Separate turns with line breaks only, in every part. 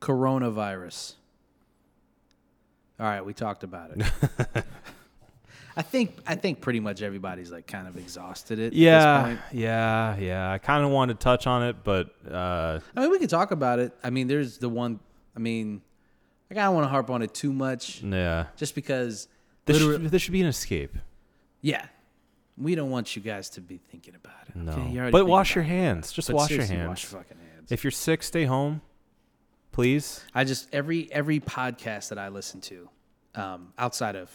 coronavirus. All right, we talked about it. I think I think pretty much everybody's like kind of exhausted it. At this
Yeah,
point.
yeah, yeah. I kind of wanted to touch on it, but uh,
I mean, we could talk about it. I mean, there's the one. I mean, I kind of want to harp on it too much,
yeah.
just because.
This
literally-
should, this should be an escape.
yeah, we don't want you guys to be thinking about it.
No,
okay? You already
but
think
wash
about
your
it.
hands. Just
But
wash your
seriously,
hands.
Wash your fucking hands.
If you're sick, stay home, please.
I just every every podcast that I listen to, um, outside of,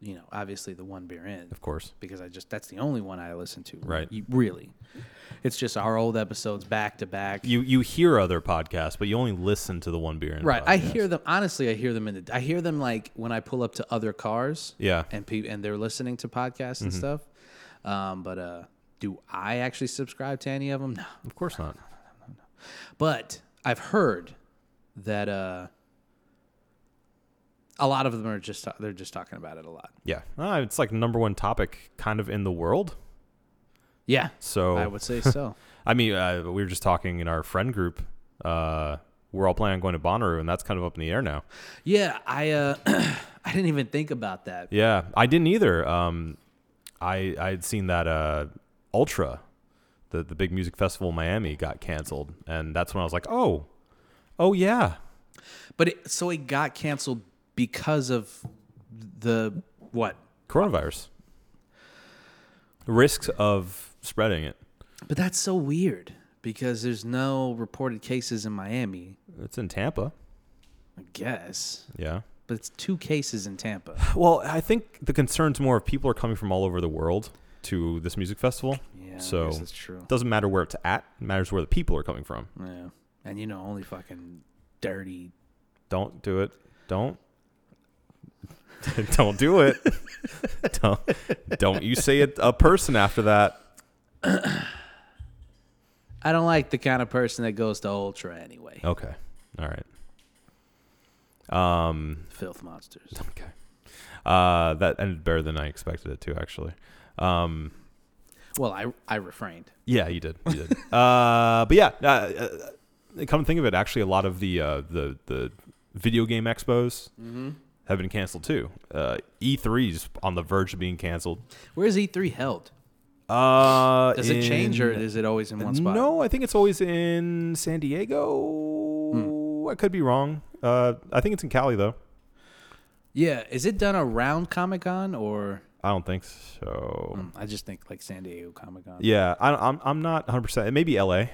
you know, obviously the one beer in,
Of course.
because I just that's the only one I listen to.
Right.
y- Really, it's just our old episodes back to back.
You you hear other podcasts, but you only listen to the one beer. In
Right. I
podcast.
hear them. Honestly, I hear them in the. I hear them like when I pull up to other cars.
Yeah. Mm-hmm.
And pe- and they're listening to podcasts and stuff. Um, but uh, do I actually subscribe to any of them? No.
Of course not.
But I've heard that uh, a lot of them are just they're just talking about it a lot.
Yeah, Uh, it's like the number one topic kind of in the world.
Yeah.
So
I would say so.
I mean, uh, we were just talking in our friend group. Uh, we're all planning on going to Bonnaroo, and that's kind of up in the air now.
yeah. I uh, I didn't even think about that.
Yeah, I didn't either. Um, I I had seen that uh, Ultra, the the big music festival in Miami, got canceled, and that's when I was like, oh, oh yeah,
But it, so it got canceled because of the what?
coronavirus risks of spreading it.
But that's so weird because there's no reported cases in Miami,
It's in Tampa.
I guess.
Yeah.
But it's two cases in Tampa.
Well, I think the concerns more of people are coming from all over the world to this music festival.
Yeah, I
so
guess that's true.
doesn't matter where it's at. It matters where the people are coming from.
Yeah. And you know, only fucking dirty.
Don't do it. Don't. don't do it. don't. Don't you say it a person after that.
I don't like the kind of person that goes to Ultra anyway.
Okay. All right. Um.
Filth monsters.
Okay. Uh. That ended better than I expected it to. Actually. Um.
Well, I I refrained.
Yeah, you did. You did. uh, but yeah, uh, uh, come to think of it, actually, a lot of the uh, the the video game expos
Mm-hmm.
have been canceled too. Uh, E3's on the verge of being canceled.
Where's E3 E held?
Uh,
Does it change or
in-
is it always in one spot?
No, I think it's always in San Diego. I could be wrong. Uh, I think it's in Cali though.
Yeah, is it done around Comic Con or
I don't think so.
Mm. I just think like San Diego Comic Con.
Yeah, I, I'm I'm not 100. percent It may be L.A.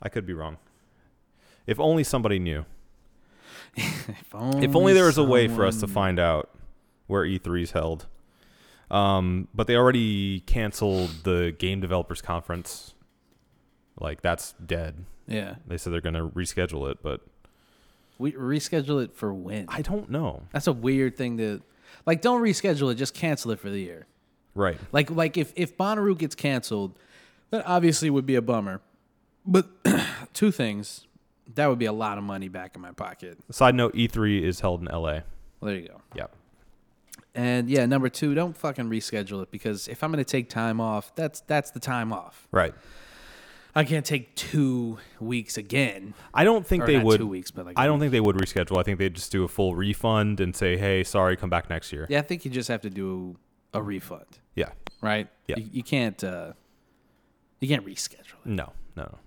I could be wrong. If only somebody knew.
If only,
If only there was a way for us to
someone-
find out where E3's held. Um, but they already canceled the Game Developers Conference. Like that's dead.
Yeah,
They said they're going to reschedule it, but
we reschedule it for when?
I don't know.
That's a weird thing to like don't reschedule it, just cancel it for the year.
Right.
Like like if if Bonnaroo gets canceled, that obviously would be a bummer. But two things, that would be a lot of money back in my pocket.
Side note: E3 is held in LA.
Well, there you go.
Yeah.
And yeah, number 2, don't fucking reschedule it because if I'm going to take time off, that's that's the time off.
Right.
I can't take 2 weeks again.
I don't think
Or
they
not
would.
2 weeks, but like
I don't think they would reschedule. I think they'd just do a full refund and say, "Hey, sorry, come back next year."
Yeah, I think you just have to do a refund,
Yeah.
right?
Yeah.
You, you can't uh you can't reschedule it.
No, no,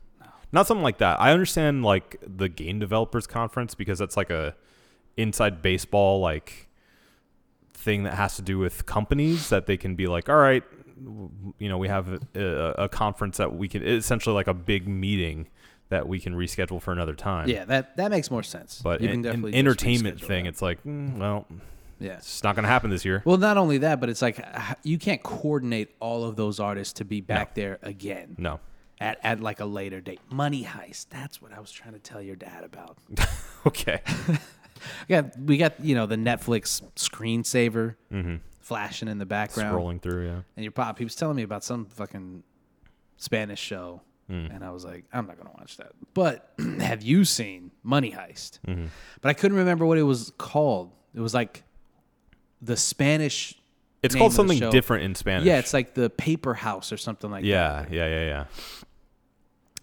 not something like that. I understand like the game developers conference because that's like a inside baseball like thing that has to do with companies that they can be like, all right, w- you know, we have a, a, a conference that we can essentially like a big meeting that we can reschedule for another time.
Yeah, that that makes more sense.
But an, an
just
entertainment
reschedule
thing,
that.
it's like, mm, well,
Yeah.
it's not going to happen this year.
Well, not only that, but it's like h- you can't coordinate all of those artists to be back there again
No.
at, at like a later date. Money heist. That's what I was trying to tell your dad about.
Okay.
Yeah, we got you know the Netflix screensaver
Mm-hmm.
flashing in the background,
Scrolling through, yeah.
and your pop. He was telling me about some fucking Spanish show,
Mm.
and I was like, I'm not gonna watch that. But have you seen Money Heist?
Mm-hmm.
But I couldn't remember what it was called. It was like the Spanish.
It's
name
called
of the
something
show.
different in Spanish.
Yeah, it's like the Paper House or something like that.
yeah, yeah, yeah, yeah.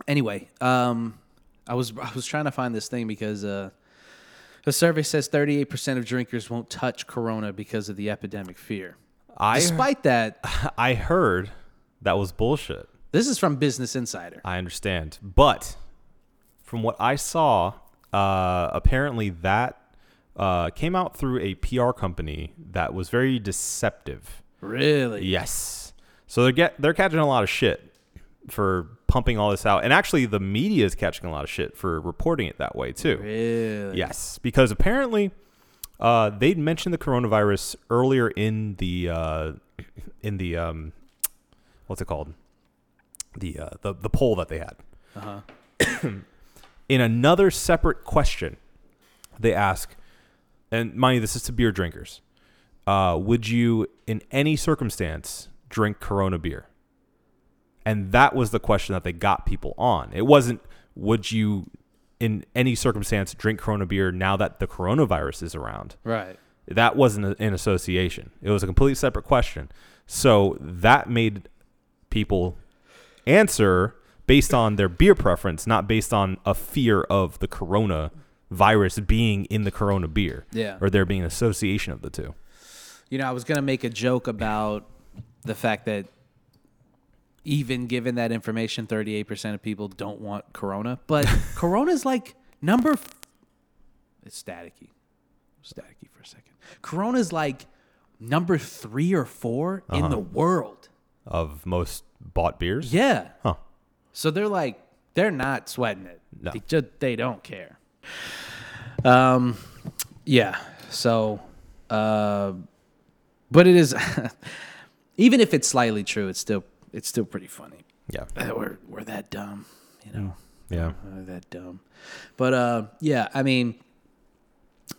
Anyway, um, I was I was trying to find this thing because uh, the survey says 38% of drinkers won't touch Corona because of the epidemic fear.
I
Despite that,
I heard that was bullshit.
this is from Business Insider.
I understand, but from what I saw, uh, apparently that uh, came out through a PR company that was very deceptive.
Really?
Yes. So they're get they're catching a lot of shit for pumping all this out, and actually the media is catching a lot of shit for reporting it that way too.
Really?
Yes, because apparently uh, they'd mentioned the coronavirus earlier in the uh, in the um, what's it called the uh, the the poll that they had.
Uh-huh.
in another separate question, they ask, and mind you, this is to beer drinkers. Uh, would you, in any circumstance, drink Corona beer? And that was the question that they got people on. It wasn't, would you, in any circumstance, drink Corona beer now that the coronavirus is around?
Right.
That wasn't a- an association. It was a completely separate question. So that made people answer based on their beer preference, not based on a fear of the corona virus being in the corona beer.
Yeah.
Or there being an association of the two.
You know, I was going to make a joke about the fact that even given that information, 38% of people don't want Corona, but Corona's like number. F- it's staticky. Staticky for a second. Corona's like number three or 4 in the world.
Of most bought beers?
Yeah.
Huh.
So they're like, they're not sweating it.
No.
They just they don't care. Um, yeah. So, uh, but it is, even if it's slightly true, it's still it's still pretty funny.
Yeah.
Uh, We're we're that dumb, you know.
Yeah.
We're that dumb. But uh, yeah, I mean,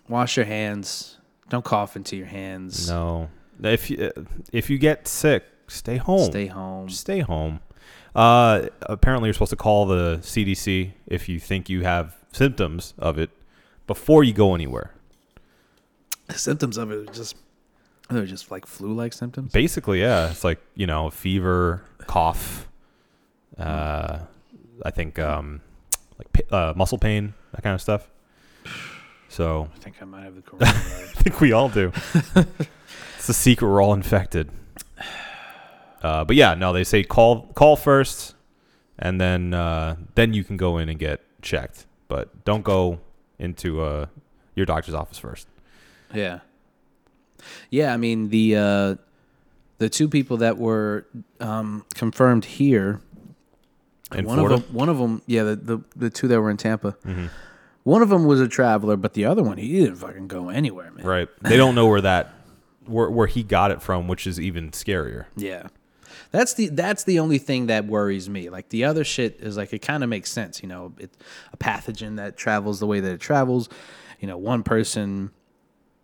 wash your hands. Don't cough into your hands.
No. If you, if you get sick, stay home.
Stay home.
Stay home. Uh, apparently, you're supposed to call the CDC if you think you have symptoms of it before you go anywhere.
The symptoms of it are just they're just like flu-like symptoms.
Basically, yeah, it's like you know, fever, cough. Uh, I think um, like pi- uh, muscle pain, that kind of stuff. So
I think I might have the coronavirus.
I think we all do. it's the secret. We're all infected. Uh, but yeah, no, they say call call first, and then uh, then you can go in and get checked. But don't go into uh, your doctor's office first.
Yeah. Yeah, I mean the uh, the two people that were um, confirmed here.
In
one
Florida,
of them, one of them, yeah, the, the the two that were in Tampa.
Mhm.
One of them was a traveler, but the other one, he didn't fucking go anywhere, man.
right? They don't know where that where where he got it from, which is even scarier.
Yeah. That's the that's the only thing that worries me. Like the other shit is like it kind of makes sense, you know, it, a pathogen that travels the way that it travels. You know, one person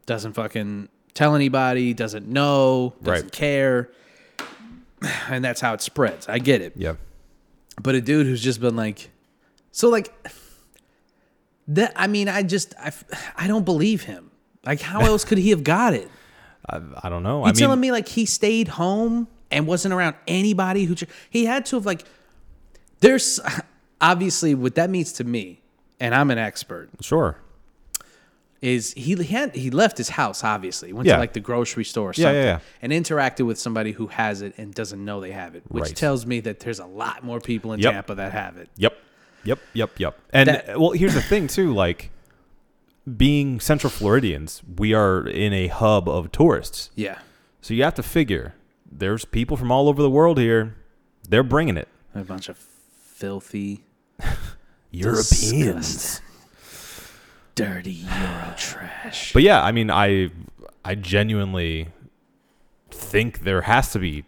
doesn't fucking tell anybody, doesn't know, doesn't
Right.
care. And that's how it spreads. I get it.
Yeah,
But a dude who's just been like so like that I mean, I just I f- I don't believe him. Like how else could he have got it?
I, I don't know.
You
I mean,
telling me like he stayed home and wasn't around anybody who tr- he had to have like there's obviously what that means to me and I'm an expert
sure.
is he had he left his house obviously went
Yeah.
to like the grocery store or
Yeah,
something
yeah,
and interacted with somebody who has it and doesn't know they have it which
Right.
tells me that there's a lot more people in
Yep.
Tampa that have it
Yep. Yep. Yep. Yep. And
That-
well, here's the thing too, like being Central Floridians, we are in a hub of tourists.
yeah
So you have to figure there's people from all over the world here. They're bringing it.
a bunch of filthy
Europeans.
disgusting, dirty euro trash
But yeah, I mean, I I genuinely think there has to be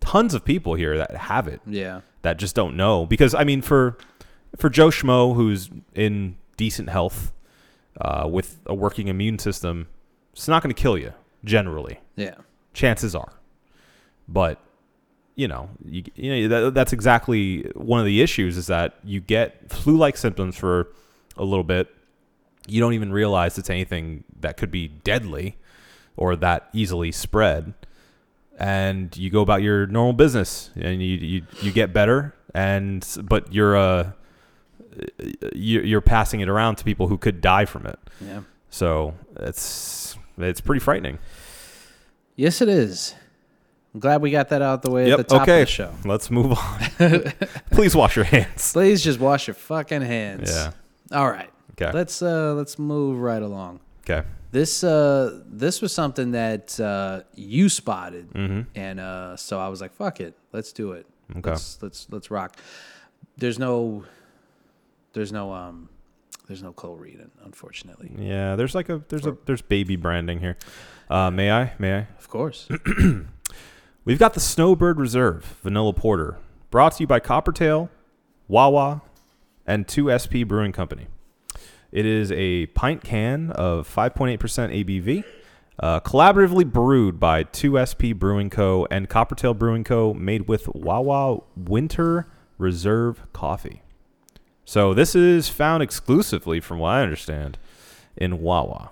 tons of people here that have it
yeah
that just don't know because I mean for for Joe Schmo who's in decent health uh, with a working immune system, it's not going to kill you generally.
yeah
Chances are, but you know you, you know that, that's exactly one of the issues is that you get flu-like symptoms for a little bit. You don't even realize it's anything that could be deadly or that easily spread and you go about your normal business and you you, you get better and but you're a you- uh, you're passing it around to people who could die from it.
Yeah.
So it's it's pretty frightening.
Yes, it is. I'm glad we got that out the way at the top of the show.
Let's move on. Please wash your hands.
Please just wash your fucking hands.
Yeah.
All right.
Okay.
Let's uh let's move right along.
Okay.
This uh this was something that uh you spotted and uh so I was like fuck it let's do it
Mm-hmm. Okay.
let's let's let's rock there's no there's no um there's no Cole Reed unfortunately
Yeah. There's like a there's a there's baby branding here. Uh, may I? May I?
of course
We've got the Snowbird Reserve Vanilla Porter, brought to you by Coppertail, Wawa, and 2SP Brewing Company. It is a pint can of 5.8% ABV, uh, collaboratively brewed by 2SP Brewing Co. and Coppertail Brewing Co., made with Wawa Winter Reserve coffee. So this is found exclusively, from what I understand, in Wawa.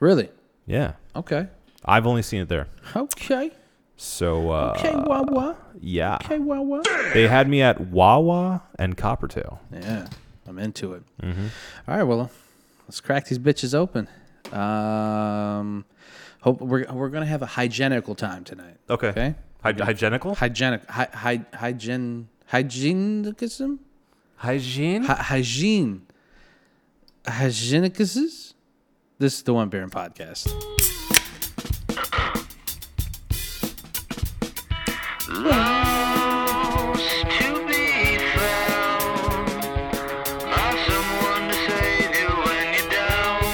really
Yeah,
okay
I've only seen it there.
okay
So uh,
okay wah wah
yeah.
okay wah wah
They had me at Wawa and Coppertail.
yeah I'm into it All right well let's crack these bitches open um hope we're we're gonna have a hygienical time tonight
Okay.
okay
Hy- hygienical?
hygienic hy, hy, hygiene hygienicism
Hygiene?
Hy- hygiene hygienicuses this is the one baron podcast
lost to be found by someone to save you when you're down.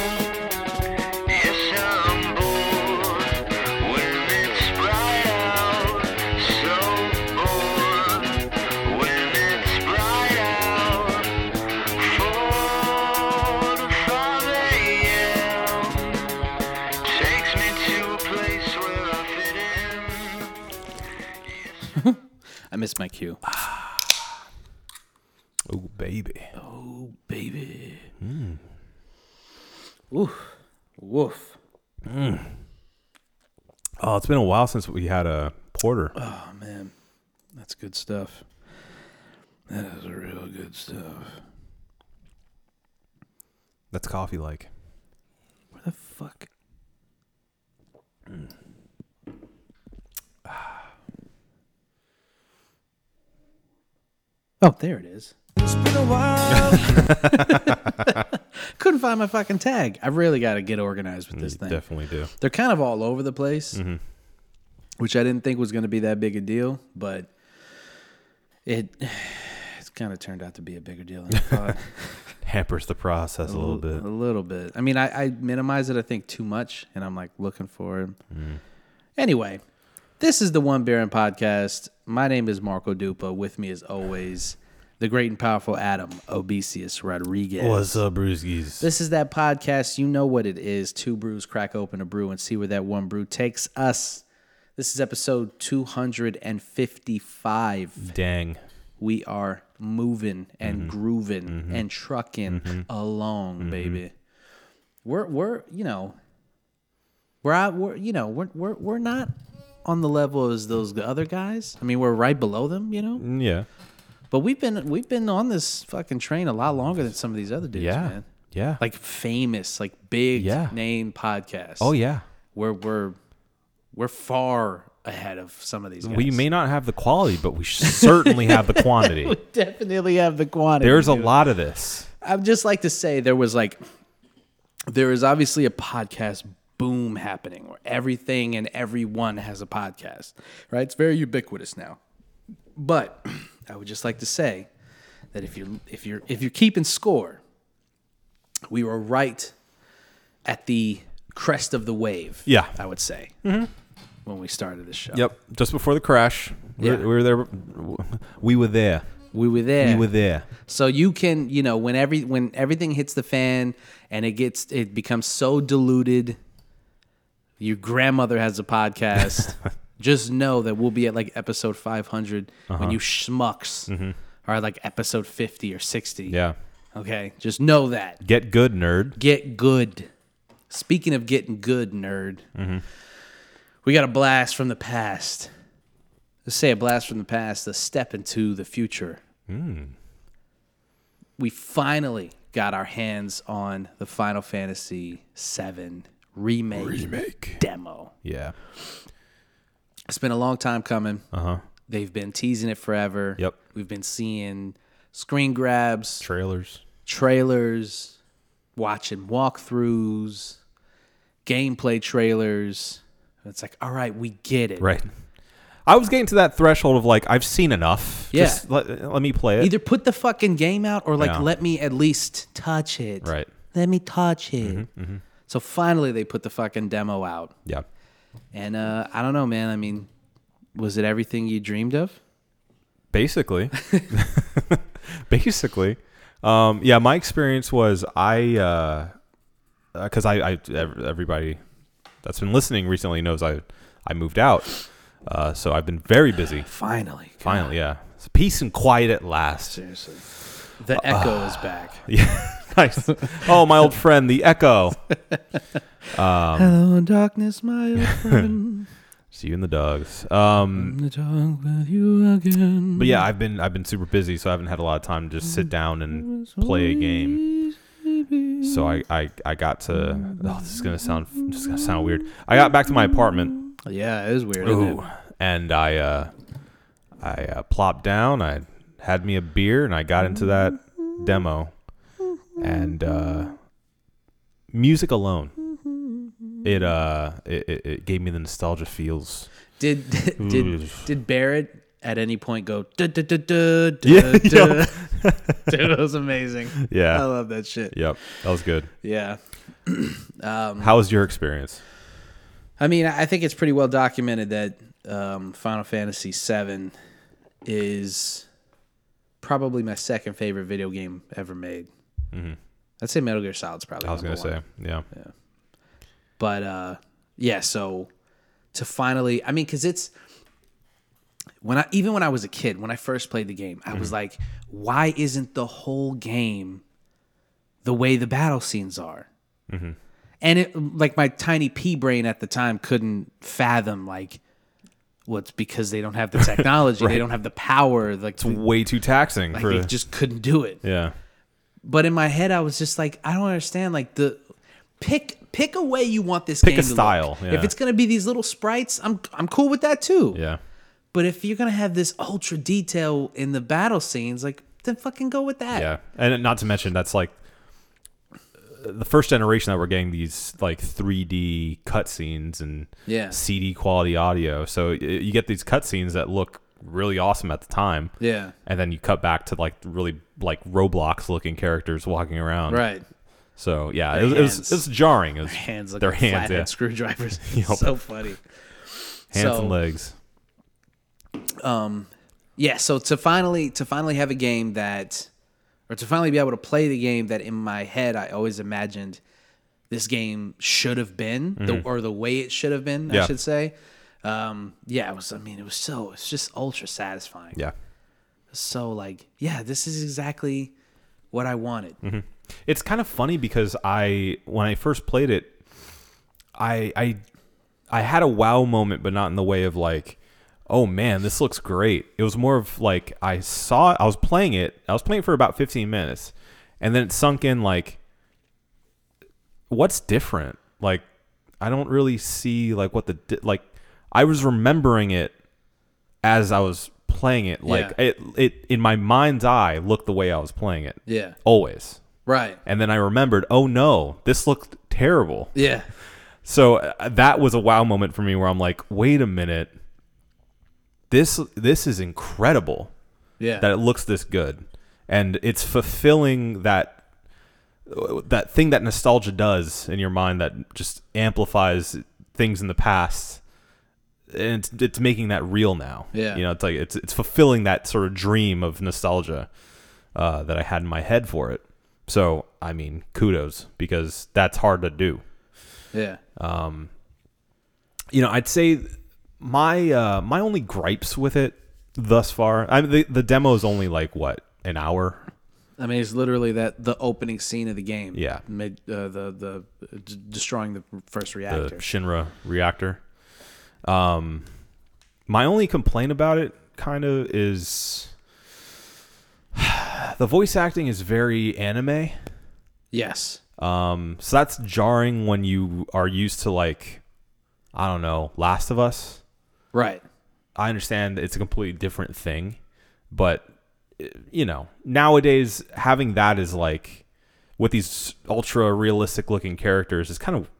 Yes, I'm bored when it's bright out. So bored when it's bright out. Four to five a.m. takes me to a place where I fit in.
i missed my cue
Oh, baby.
Oh, baby Hmm. Oof. woof
Oh, it's been a while since we had a porter.
oh man that's good stuff that is real good stuff
That's coffee like.
where the fuck Oh, there it is. Couldn't find my fucking tag. I really got to get organized with this
You
thing.
definitely do.
They're kind of all over the place, which I didn't think was going to be that big a deal, but it it's kind of turned out to be a bigger deal than I thought.
Hampers the process a little bit.
A little bit. I mean, I, I minimize it, I think, too much, and I'm like looking for it.
Mm.
Anyway, this is the One Baron podcast. My name is Marco Dupa. With me, as always, the great and powerful Adam Obesius Rodriguez.
up, brewskis?
This is that podcast. You know what it is. Two brews, crack open a brew, and see where that one brew takes us. This is episode 255.
Dang.
We are moving and
Mm-hmm.
grooving and trucking along, baby. We're we're you know we're out we're you know we're we're we're not on the level as those other guys. I mean, we're right below them, you know.
Mm, Yeah.
But we've been we've been on this fucking train a lot longer than some of these other dudes,
Yeah.
man
Yeah.
like famous, like big
Yeah.
name podcasts.
oh, yeah.
we're we're we're far ahead of some of these. Guys.
We may not have the quality, but we certainly have the quantity.
definitely have the quantity.
There's a
dude.
lot of this.
I'd just like to say there was like there is obviously a podcast boom happening where everything and everyone has a podcast, right? It's very ubiquitous now. But I would just like to say that if you're if you're if you're keeping score, we were right at the crest of the wave.
Yeah. Mm-hmm.
I would say when we started this show.
Yep. Just before the crash, we
Yeah.
were, we were there. We were there.
we were there.
We were there.
So you can, you know, when every when everything hits the fan and it gets it becomes so diluted, your grandmother has a podcast. just know that we'll be at like episode 500 when you schmucks are at, like episode 50 or 60.
Yeah.
Okay. Just know that.
Get good, nerd.
Get good. Speaking of getting good, nerd, we got a blast from the past. Let's say a blast from the past, a step into the future. we finally got our hands on the Final Fantasy VII remake,
Remake.
demo.
Yeah.
It's been a long time coming.
Uh huh.
They've been teasing it forever.
Yep.
We've been seeing screen grabs,
Trailers.
trailers, watching walkthroughs, gameplay trailers. It's like, all right, we get it.
Right. I was getting to that threshold of like I've seen enough.
Yeah.
Just let, let me play it.
Either put the fucking game out or like
Yeah.
let me at least touch it.
Right. Mm-hmm,
Let me touch it. So finally they put the fucking demo out.
Yeah.
And uh, I don't know, man. I mean, was it everything you dreamed of?
Basically. Basically. Um, yeah, my experience was I uh, because I, I ev- everybody that's been listening recently knows I I moved out, uh, so I've been very busy.
Finally.
Finally, yeah, it's peace and quiet at last.
Seriously. The echo is back.
Uh, Yeah, nice. Oh, my old friend, the Echo.
Hello, darkness, my old friend.
See you in the dogs. Um,
I'm to talk with you again.
but yeah, I've been I've been super busy, so I haven't had a lot of time to just sit down
Mm,
and play a game. So I, I, I got to.
Mm.
Oh, this is gonna sound this is gonna sound weird. I got back to my apartment.
Yeah, it is weird. Isn't it?
And I uh, I uh, plopped down. I had me a beer, and I got into that demo. And uh, music alone, it uh, it, it, it gave me the nostalgia feels.
Did did did,
Oof.
did Barrett at any point go duh, duh, duh, duh, duh,
Yeah,
duh. Dude, that was amazing.
Yeah.
I love that shit.
Yep, that was good.
Yeah.
How was your experience?
I mean, I think it's pretty well documented that um, Final Fantasy VII is probably my second favorite video game ever made. I'd say Metal Gear Solid's probably.
Mm-hmm. I was gonna
number one.
say, yeah,
but uh, yeah. So to finally, I mean, because it's when I even when I was a kid, when I first played the game, I was like, why isn't the whole game the way the battle scenes are? And it like my tiny pea brain at the time couldn't fathom like. Well, it's because they don't have the technology. They don't have the power. Like, like
way too taxing for
they just couldn't do it
yeah,
but in my head I was just like, I don't understand. Like the pick pick a way you want this
Pick a
game to look.
style, yeah.
If it's gonna be these little sprites, I'm I'm cool with that too.
yeah.
But if you're gonna have this ultra detail in the battle scenes, like then fucking go with that.
Yeah, and not to mention that's like the first generation that we're getting these like 3D cutscenes and
Yeah.
CD quality audio. So y- you get these cutscenes that look really awesome at the time.
Yeah.
And then you cut back to like really like Roblox looking characters walking around.
Right.
So yeah, it was, it was
hands.
it was jarring. It was
Hands like
their hands,
flathead
yeah.
screwdrivers.
Yup.
So funny.
hands
So-
and legs.
yeah so to finally to finally have a game that or to finally be able to play the game that in my head i always imagined this game should have been the, or the way it should have been
Mm-hmm. Yeah.
i should say um, yeah it was i mean it was so it's just ultra satisfying
Yeah.
so like yeah this is exactly what i wanted
Mm-hmm. It's kind of funny because I when I first played it, I I I had a wow moment, but not in the way of like, oh man, this looks great. It was more of like I saw I was playing it. I was playing it for about 15 minutes, and then it sunk in like, what's different? Like, I don't really see like what the di- like. I was remembering it as I was playing it. Like
Yeah.
it it in my mind's eye looked the way I was playing it.
yeah
Always.
right
And then I remembered, oh no, this looked terrible.
yeah
So uh, that was a wow moment for me where I'm like, wait a minute. This this is incredible
yeah
that it looks this good. And it's fulfilling that that thing that nostalgia does in your mind that just amplifies things in the past. And it's, it's making that real now.
Yeah.
You know, it's like it's it's fulfilling that sort of dream of nostalgia uh, that I had in my head for it. So, I mean, kudos because that's hard to do
yeah
uh, you know, I'd say my uh, my only gripes with it thus far. I mean, the the demo is only like what an hour.
i mean it's literally that the opening scene of the game
Yeah.
mid, uh, the the d- destroying the first
The
reactor
Shinra reactor. Um, my only complaint about it kind of is The voice acting is very anime.
Yes.
Um, so that's jarring when you are used to like, I don't know, Last of Us.
Right.
I understand it's a completely different thing, but eh, you know, nowadays having that is like with these ultra realistic looking characters is kind of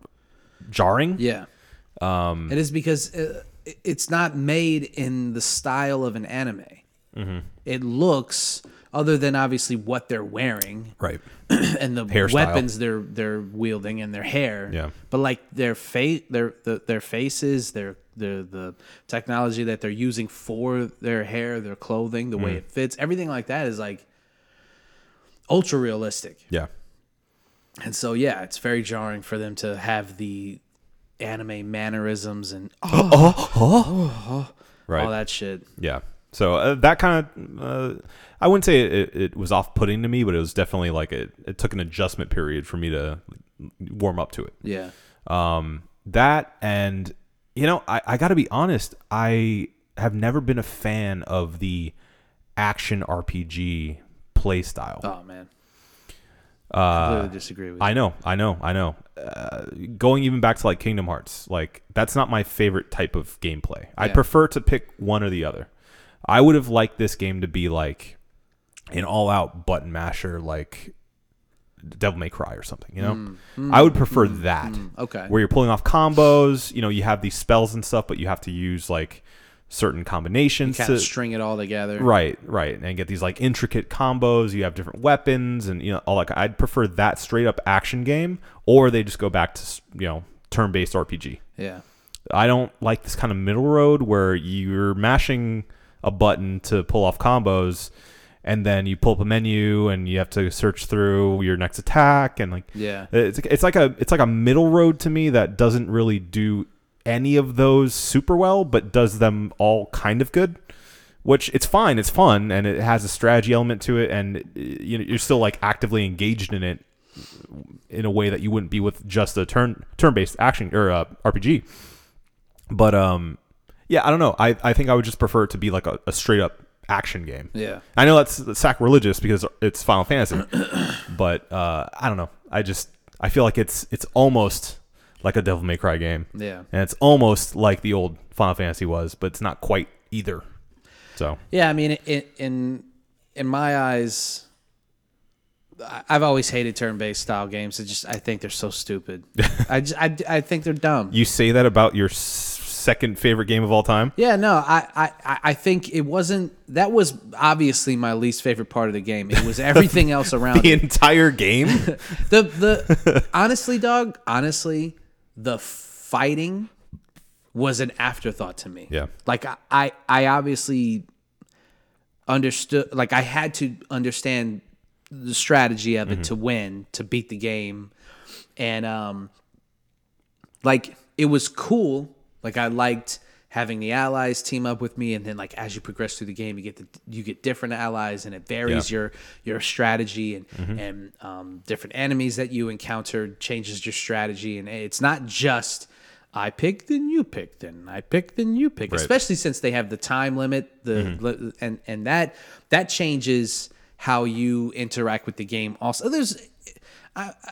jarring.
Yeah. Um, it is because uh, it, it's not made in the style of an anime.
Mm-hmm.
It looks, other than obviously what they're wearing
Right.
and the
Hairstyle.
weapons they're they're wielding and their hair,
Yeah.
but like their face, their the, their faces, their the the technology that they're using for their hair, their clothing, the
Mm.
way it fits, everything like that is like ultra realistic.
Yeah.
And so yeah, it's very jarring for them to have the anime mannerisms and oh,
Right.
all that shit.
Yeah. So uh, that kind of, uh, I wouldn't say it, it was off putting to me, but it was definitely like it, it took an adjustment period for me to warm up to it.
Yeah.
Um, that and you know, I, I got to be honest, I have never been a fan of the action RPG play style.
Oh man. Uh, Completely disagree with you.
I know, I know, I know. Uh, going even back to like Kingdom Hearts, like that's not my favorite type of gameplay. I
Yeah.
prefer to pick one or the other. I would have liked this game to be like an all-out button masher, like Devil May Cry or something. You know,
Mm.
I would prefer that.
okay.
where you're pulling off combos. You know, you have these spells and stuff, but you have to use like certain combinations
kind of
to
string it all together.
Right, right, and get these like intricate combos. You have different weapons, and you know all that. I'd prefer that straight up action game, or they just go back to s- you know turn based RPG.
Yeah.
I don't like this kind of middle road where you're mashing a button to pull off combos, and then you pull up a menu and you have to search through your next attack, and like
Yeah.
it's it's like a it's like a middle road to me that doesn't really do any of those super well, but does them all kind of good. Which it's fine, it's fun, and it has a strategy element to it, and uh, you know you're still like actively engaged in it in a way that you wouldn't be with just a turn turn based action or uh, RPG. But um, yeah, I don't know. I, I think I would just prefer it to be like a, a straight up action game.
Yeah.
I know that's sacrilegious because it's Final Fantasy, but uh, I don't know. I just I feel like it's it's almost like a Devil May Cry game,
Yeah.
and it's almost like the old Final Fantasy was, but it's not quite either. So
Yeah. I mean, in in, in my eyes, I- I've always hated turn-based style games. I just I think they're so stupid. I just I, I think they're dumb.
you say that about your s- second favorite game of all time?
Yeah, no, I, I, I- I think it wasn't. That was obviously my least favorite part of the game. It was everything else around.
The
it.
entire game?
The the honestly, dog. Honestly, the fighting was an afterthought to me.
Yeah.
like I, I, I obviously understood. Like I had to understand the strategy of it to win to beat the game, and um, like it was cool. Like I liked having the allies team up with me, and then like as you progress through the game, you get the you get different allies, and it varies
Yeah.
your your strategy and and um, different enemies that you encounter changes your strategy, and it's not just I pick then you pick then I pick then you pick, especially since they have the time limit, the li- and and that that changes how you interact with the game. Also, there's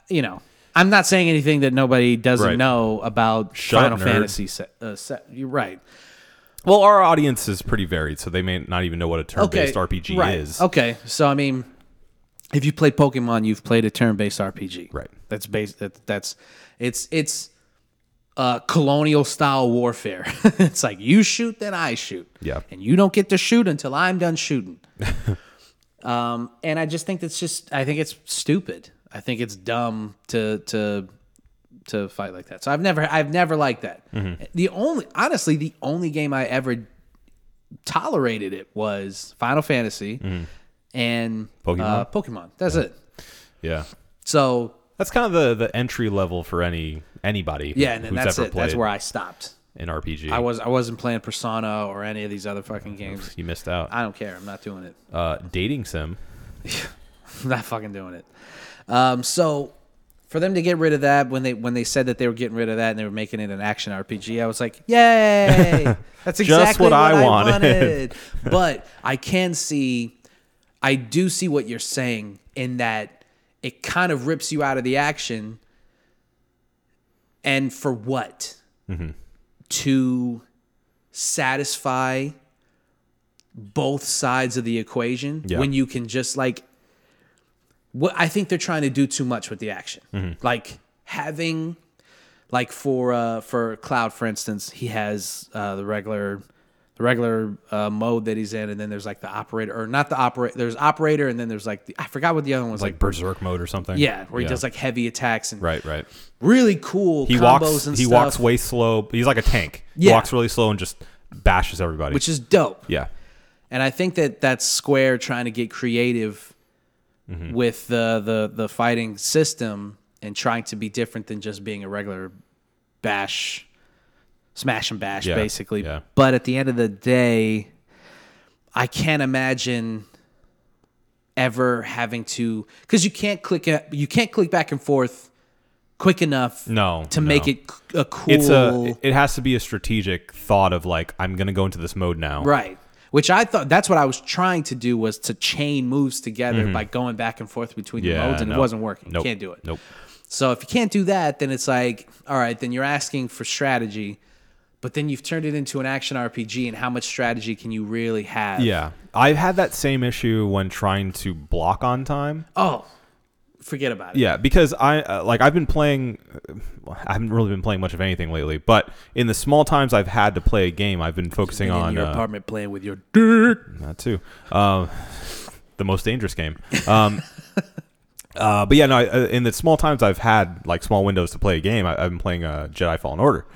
you know, I'm not saying anything that nobody doesn't
Right.
know about
Shut
Final
up, nerd.
Fantasy. Se- uh, se- you're right.
Well, our audience is pretty varied, so they may not even know what a turn-based RPG
right. Oh.
is.
Okay, so I mean, if you play Pokemon, you've played a turn-based RPG.
Right.
That's based. That, that's it's it's uh, colonial style warfare. it's like you shoot, then I shoot.
Yeah.
And you don't get to shoot until I'm done shooting. um, and I just think that's just I think it's stupid. I think it's dumb to to to fight like that. So I've never I've never liked that.
Mm-hmm.
The only honestly the only game I ever tolerated it was Final Fantasy and
Mm-hmm. Pokemon?
Uh, Pokemon. That's it.
Yeah,
So
that's kind of the, the entry level for any anybody.
yeah, and then that's it. That's
played
where I stopped.
an RPG.
I was I wasn't playing Persona or any of these other fucking games.
you missed out.
I don't care. I'm not doing it.
uh, dating sim.
I'm not fucking doing it. Um, so for them to get rid of that when they when they said that they were getting rid of that and they were making it an action RPG, I was like, yay! That's exactly
Just what I wanted.
wanted. but I can see I do see what you're saying in that it kind of rips you out of the action. And for what? To satisfy both sides of the equation
Yeah.
when you can just like what I think they're trying to do too much with the action.
Mm-hmm.
Like having like for uh for cloud for instance he has uh the regular the regular uh, mode that he's in and then there's like the operator or not the operator there's operator and then there's like the, i forgot what the other one was like,
like berserk mode or something.
yeah where he does like heavy attacks and
right, right.
really cool
He
combos
walks.
and
He
stuff
walks way slow. He's like a tank. He
Yeah.
walks really slow and just bashes everybody.
which is dope
yeah,
and i think that that's square trying to get creative
Mm-hmm.
with the, the the fighting system and trying to be different than just being a regular bash smash and bash
Yeah,
basically
yeah.
but at the end of the day i can't imagine ever having to because you can't click a- you can't click back and forth quick enough
No,
to make
no.
it c- a cool
it's a. It has to be a strategic thought of like I'm gonna go into this mode now.
Right. Which I thought that's what I was trying to do was to chain moves together by going back and forth between
Mm-hmm. Yeah,
the modes, and
no.
it wasn't working.
Nope.
Can't do it.
Nope.
So if you can't do that, then it's like, all right, then you're asking for strategy, but then you've turned it into an action RPG, and how much strategy can you really have?
Yeah, I've had that same issue when trying to block on time.
Oh, forget about it.
Yeah, because I uh, like I've been playing. I haven't really been playing much of anything lately, but in the small times I've had to play a game, I've been focusing
Being
on
in your
uh,
apartment playing with your dick.
that too. Um, the most dangerous game. Um, uh, but yeah, no. I, uh, in the small times I've had like small windows to play a game, I, I've been playing uh, Jedi Fallen Order,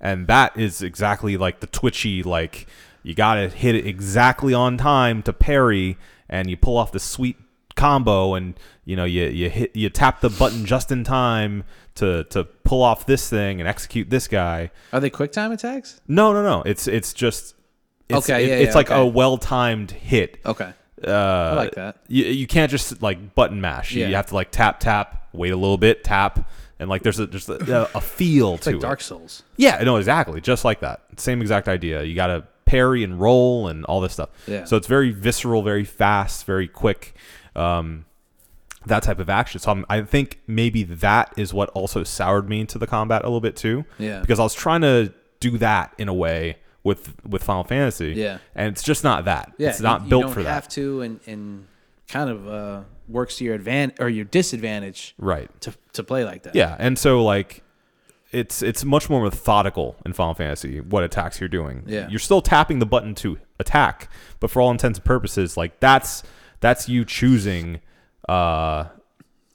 and that is exactly like the twitchy like you gotta hit it exactly on time to parry, and you pull off the sweet combo, and you know you you hit you tap the button just in time to to pull off this thing and execute this guy.
Are they quick time attacks?
No, no, no. It's it's just it's,
Okay,
it-
yeah,
it's
yeah,
like
okay.
a well timed hit.
Okay.
Uh, I
like that.
You, you can't just like button mash. You- You
Yeah.
have to like tap tap, wait a little bit, tap, and like there's a there's a, a feel to
Like
it.
Dark Souls.
Yeah, no, exactly, just like that. Same exact idea. You got to parry and roll and all this stuff.
Yeah.
So it's very visceral, very fast, very quick. Um, that type of action. So I'm, I think maybe that is what also soured me into the combat a little bit too.
Yeah.
Because I was trying to do that in a way with with Final Fantasy.
Yeah.
And it's just not that.
Yeah,
it's
you-
not
you
built
don't
for that.
Have to and and kind of uh, works to your advantage or your disadvantage
Right.
to to play like that.
Yeah, and so like it's it's much more methodical in Final Fantasy what attacks you're doing.
Yeah.
You're still tapping the button to attack, but for all intents and purposes, like that's that's you choosing uh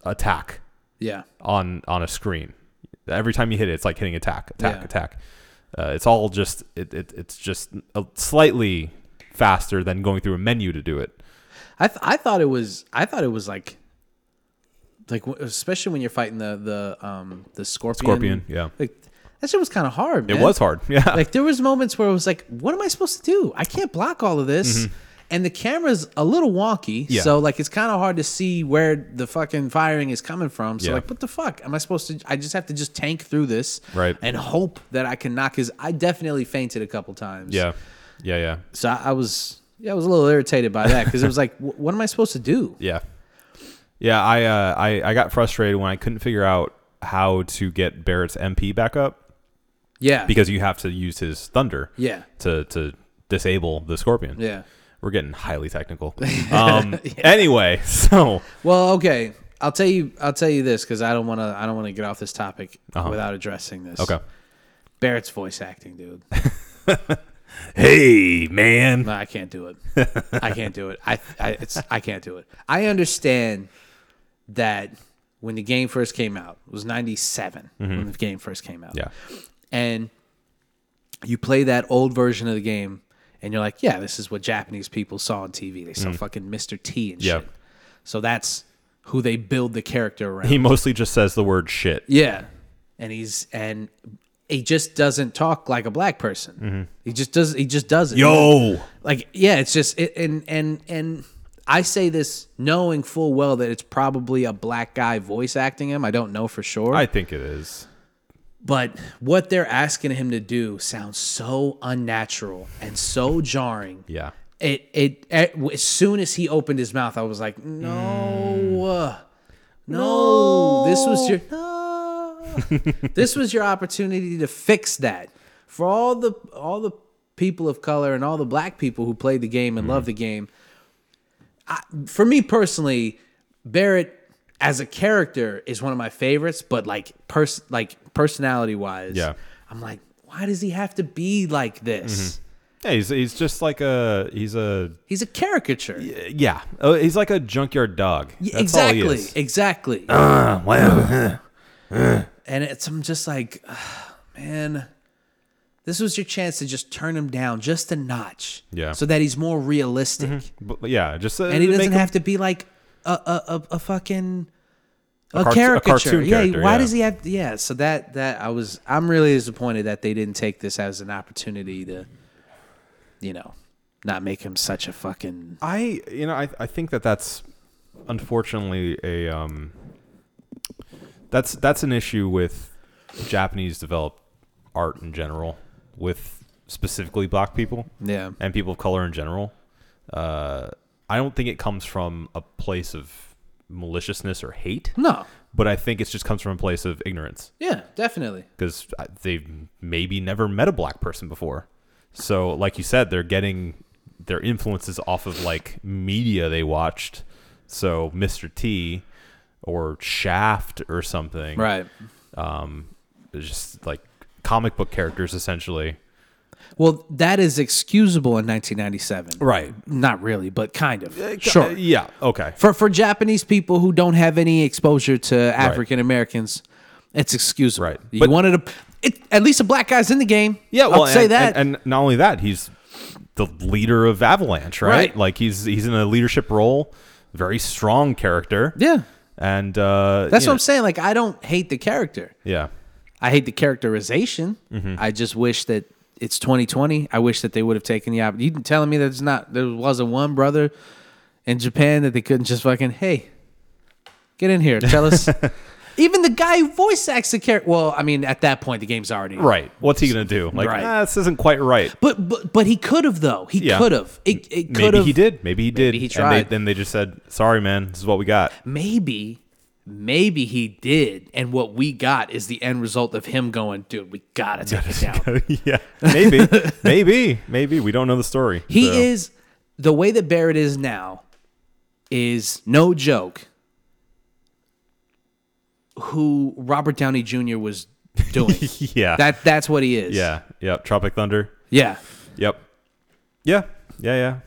attack
yeah,
on on a screen. Every time you hit it, it's like hitting attack, attack,
Yeah.
attack. Uh, it's all just it, it it's just a slightly faster than going through a menu to do it.
I th- I thought it was I thought it was like like w- especially when you're fighting the the um the scorpion.
Scorpion, yeah.
Like that shit was kind of hard.
It
man.
was hard. Yeah.
Like there was moments where I was like, what am I supposed to do? I can't block all of this. And the camera's a little wonky,
Mm-hmm. Yeah.
so like it's kind of hard to see where the fucking firing is coming from. So
Yeah.
like, what the fuck am I supposed to? I just have to just tank through this,
Right.
And hope that I can knock his. I definitely fainted a couple times.
yeah. Yeah, yeah.
So I, I was, yeah, I was a little irritated by that because it was like, wh- what am I supposed to do?
Yeah. Yeah, I, uh, I I got frustrated when I couldn't figure out how to get Barrett's MP back up
Yeah.
because you have to use his thunder.
Yeah.
To to disable the scorpion.
yeah.
We're getting highly technical. Um, Anyway, so
Well, okay. I'll tell you. I'll tell you this because I don't want to. I don't want to get off this topic
Uh-huh.
without addressing this.
okay.
Barrett's voice acting, dude.
Hey man.
No, I can't do it. I can't do it. I, I it's I can't do it. I understand that when the game first came out, it was 97 when the game first came out.
Mm-hmm. Yeah.
And you play that old version of the game and you're like, yeah, this is what Japanese people saw on TV. They saw
Mm.
fucking Mr. T and
Yeah.
shit. So that's who they build the character around.
He mostly just says the word shit.
Yeah. And he's and he just doesn't talk like a black person. He just does he just doesn't.
Mm-hmm. Yo.
Like yeah, it's just it, and and and I say this knowing full well that it's probably a black guy voice acting him. I don't know for sure.
I think it is.
but what they're asking him to do sounds so unnatural and so jarring
Yeah.
it it at- as soon as he opened his mouth, I was like, no, uh, no, this was your no. this was your opportunity to fix that for all the all the people of color and all the black people who played the game and loved the game. I, for me personally, Barrett as a character is one of my favorites, but like pers- like personality wise,
Yeah.
I'm like, why does he have to be like this?
Yeah, he's, he's just like a he's a
He's a caricature.
yeah uh, he's like a junkyard dog.
Yeah,
That's
exactly.
all he is.
Exactly. and it's I'm just like, ah, man, this was your chance to just turn him down just a notch.
Yeah.
So that he's more realistic.
But, yeah, just uh,
And he
make
doesn't
him-
have to be like a a, a, a fucking a,
cartoon- a
caricature.
cartoon
yeah,
character,
why
yeah.
does he have yeah, so that that I was I'm really disappointed that they didn't take this as an opportunity to you know, not make him such a fucking
I you know I I think that that's unfortunately a um that's that's an issue with Japanese developed art in general with specifically black people
yeah.
and people of color in general. Uh, I don't think it comes from a place of maliciousness or hate,
No.
but I think it just comes from a place of ignorance
Yeah, definitely.
because they've maybe never met a black person before. So, like you said, they're getting their influences off of like media they watched. So, Mr. T or Shaft or something.
Right.
It's just like comic book characters essentially.
Well, that is excusable in 1997.
Right. Uh,
Not really, but kind of. sure.
yeah. Okay.
For for Japanese people who don't have any exposure to African Americans, it's excusable.
Right.
You
But-
wanted a it, at least a black guy's in the game.
Yeah,
I'll
well,
say
and,
that.
and, and not only that, he's the leader of Avalanche, right?
Right.
Like he's he's in a leadership role, very strong character.
yeah.
and uh,
That's
you
what
know-
I'm saying. Like I don't hate the character.
Yeah,
I hate the characterization.
Mm-hmm.
I just wish that it's 2020. I wish that they would have taken the opportunity. You telling me that it's not there wasn't one brother in Japan that they couldn't just fucking hey, get in here, tell us. Even the guy who voice acts the character. Well, I mean, at that point, the game's already
right. What's he gonna do? Like
Right.
"Ah, this isn't quite right.
But but but he could have though. He
Yeah.
could have. It, it could
Maybe
have.
he did. Maybe he did.
he
And
tried.
they, then they just said, "Sorry, man. This is what we got."
Maybe maybe he did. And what we got is the end result of him going, dude, we gotta take it down.
yeah, maybe, maybe, maybe. We don't know the story.
He
so-
is the way that Barrett is now is no joke. Who Robert Downey Jr. was doing.
Yeah.
That that's what he is.
Yeah. Yep. Tropic Thunder.
Yeah.
Yep. Yeah. Yeah. Yeah.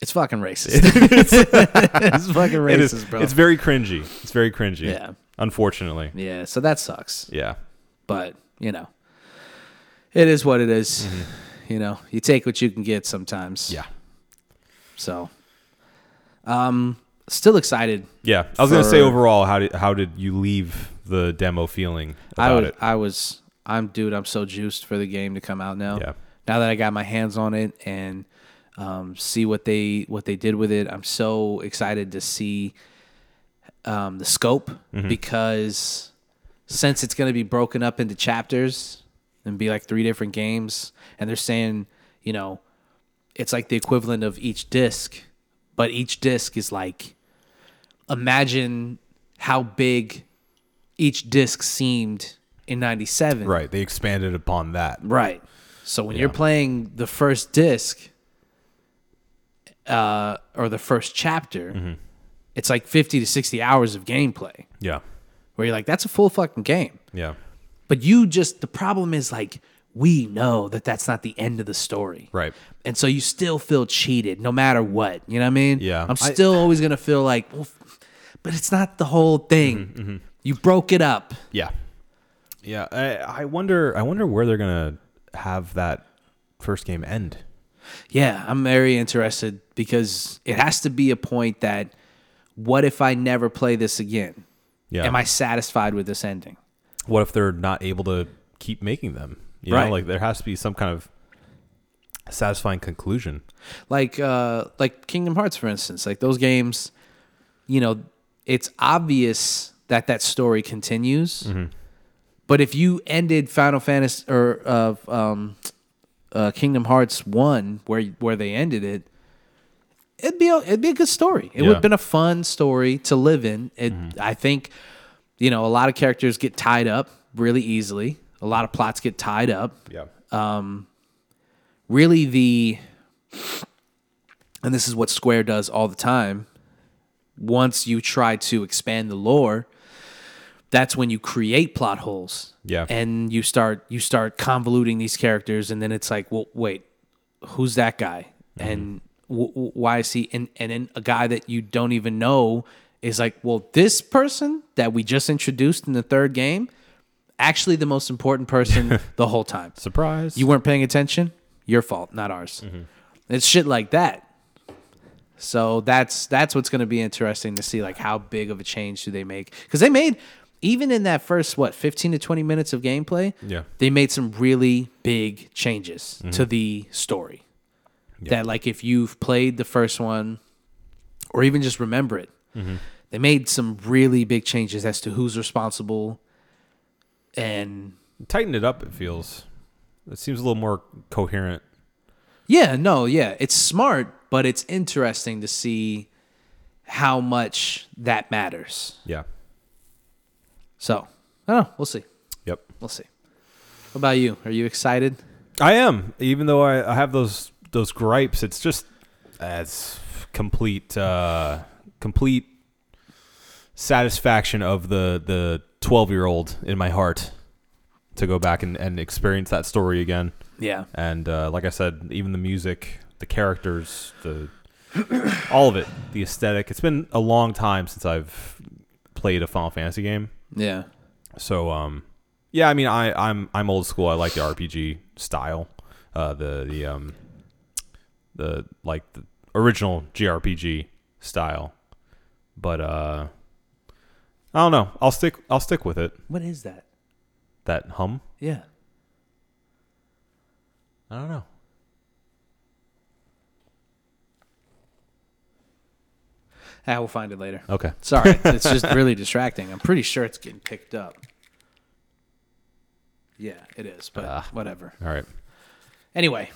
It's fucking racist. it's fucking racist,
It is.
bro.
It's very cringy. It's very cringy.
Yeah.
Unfortunately.
yeah, so that sucks.
Yeah.
But, you know. It is what it is. You know, you take what you can get sometimes.
Mm-hmm. Yeah.
So um still excited.
Yeah. I was gonna say
For-
overall, how did how did you leave the demo feeling about
I was,
it?
I was, I'm, dude, I'm so juiced for the game to come out now.
Yeah.
Now that I got my hands on it and um, see what they what they did with it, I'm so excited to see um, the scope
Mm-hmm.
because since it's going to be broken up into chapters and be like three different games, and they're saying, you know, it's like the equivalent of each disc, but each disc is like imagine how big each disc seemed in 97
Right. They expanded upon that.
right so when you're playing the first disc uh, or the first chapter it's like 50 to 60 hours of gameplay
Yeah.
where you're like that's a full fucking game
Yeah.
but you just the problem is like we know that that's not the end of the story
Right.
and so you still feel cheated no matter what you know what i mean
Yeah.
i'm
I-
still always gonna feel like well, f- but it's not the whole thing
Mm-hmm,
you broke it up
Yeah. Yeah. I, I wonder I wonder where they're gonna have that first game end.
Yeah, I'm very interested because it has to be a point that what if I never play this again?
Yeah.
Am I satisfied with this ending?
what if they're not able to keep making them? You
Right.
know, like there has to be some kind of satisfying conclusion.
Like uh like Kingdom Hearts for instance, like those games, you know, it's obvious that that story continues. But if you ended Final Fantasy or of um uh, Kingdom Hearts one, where where they ended it, it'd be a, it'd be a good story. It would
Yeah.
have been a fun story to live in. It, I think, you know, a lot of characters get tied up really easily. A lot of plots get tied up
Yeah.
really the and this is what square does all the time once you try to expand the lore that's when you create plot holes
Yeah.
and you start you start convoluting these characters and then it's like well wait who's that guy and w- w- why is he and and then a guy that you don't even know is like well this person that we just introduced in the third game actually the most important person the whole time
Surprise.
you weren't paying attention your fault not ours it's shit like that so that's that's what's going to be interesting to see like how big of a change do they make because they made even in that first what 15 to 20 minutes of gameplay
Yeah.
they made some really big changes to the story that like if you've played the first one or even just remember it they made some really big changes as to who's responsible and
Tighten it up. It feels. It seems a little more coherent.
Yeah, no, yeah. It's smart, but it's interesting to see how much that matters.
Yeah.
So, I don't know. We'll see.
Yep.
We'll see. What about you? Are you excited?
I am, even though I, I have those those gripes. It's just uh, it's complete uh, complete satisfaction of the the twelve year old in my heart to go back and, and experience that story again.
Yeah.
And uh, like I said, even the music, the characters, the all of it, the aesthetic. It's been a long time since I've played a Final Fantasy game.
Yeah.
So um yeah, I mean I I'm I'm old school. I like the RPG style. Uh the the um the like the original JRPG style. But uh I don't know. I'll stick I'll stick with it.
What is that?
That hum.
Yeah.
I don't know.
Ah, we'll find it later.
Okay.
Sorry. it's just really distracting. I'm pretty sure it's getting picked up. Yeah, it is, but
Ah.
whatever.
All right.
Anyway,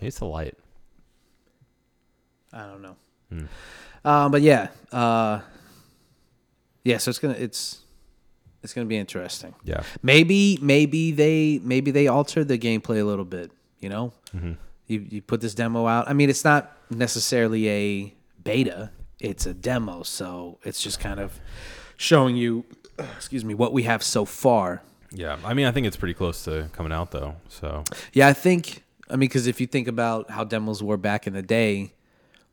It's a light.
I don't know. Um, but yeah, uh, yeah. So it's gonna it's it's gonna be interesting.
Yeah.
Maybe maybe they maybe they alter the gameplay a little bit. You know,
Mm-hmm.
you you put this demo out. I mean, it's not necessarily a beta. It's a demo, so it's just kind of showing you, excuse me, what we have so far.
Yeah. I mean I think it's pretty close to coming out though. So
Yeah, I think. I mean, because if you think about how demos were back in the day,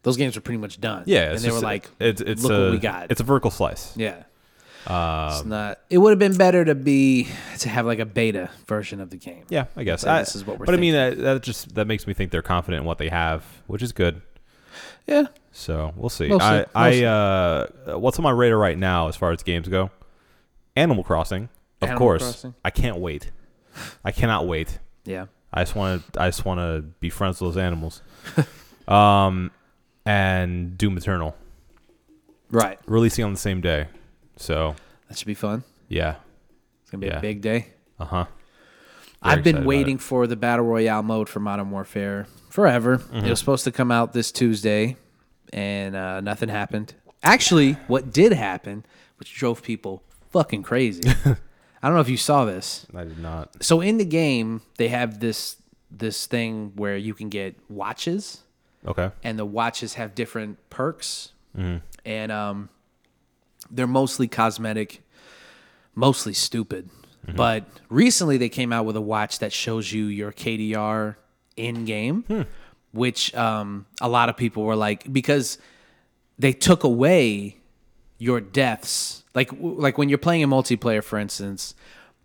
those games were pretty much done.
yeah,
and
it's
they were
just-
like,
it's it's
look
a,
what we got."
It's Um, a vertical slice.
Yeah. it's not. It would have been better to be to have like a beta version of the game.
Yeah, I guess.
So
I-
this is what we're
But I mean, that, that just that makes me think they're confident in what they have, which is good.
Yeah.
So we'll see.
Mostly,
I,
mostly.
I uh, what's on my radar right now as far as games go? Animal Crossing, of
Animal
course.
Crossing.
I can't wait. I cannot wait.
Yeah.
I just want to. I just want to be friends with those animals. um, and Doom Eternal
Right.
releasing on the same day. So
That should be fun.
yeah,
It's gonna be
Yeah.
a big day.
uh huh.
I've been waiting for the battle royale mode for Modern Warfare forever. It was supposed to come out this Tuesday, and uh, nothing happened. Actually, what did happen, which drove people fucking crazy. I don't know if you saw this.
I did not.
so in the game they have this this thing where you can get watches
Okay.
and the watches have different perks and um they're mostly cosmetic mostly stupid but recently they came out with a watch that shows you your kdr in game which um a lot of people were like because they took away your deaths like like when you're playing a multiplayer for instance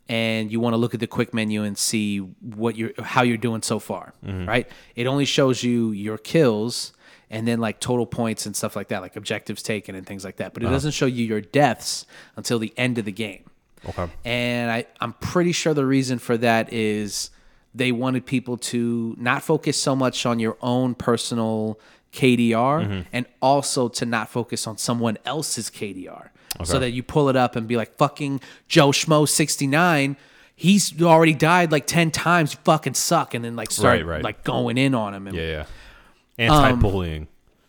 and you want to look at the quick menu and see what you're how you're doing so far right it only shows you your kills and then like total points and stuff like that like objectives taken and things like that but it doesn't show you your deaths until the end of the game
Okay.
and I, I'm pretty sure the reason for that is they wanted people to not focus so much on your own personal KDR
Mm-hmm.
and also to not focus on someone else's KDR. So that you pull it up and be like, fucking Joe Schmo 69, he's already died like ten times. You fucking suck, and then like start
Right, right.
like going in on him. And,
Yeah, yeah.
Um,
Anti-bullying.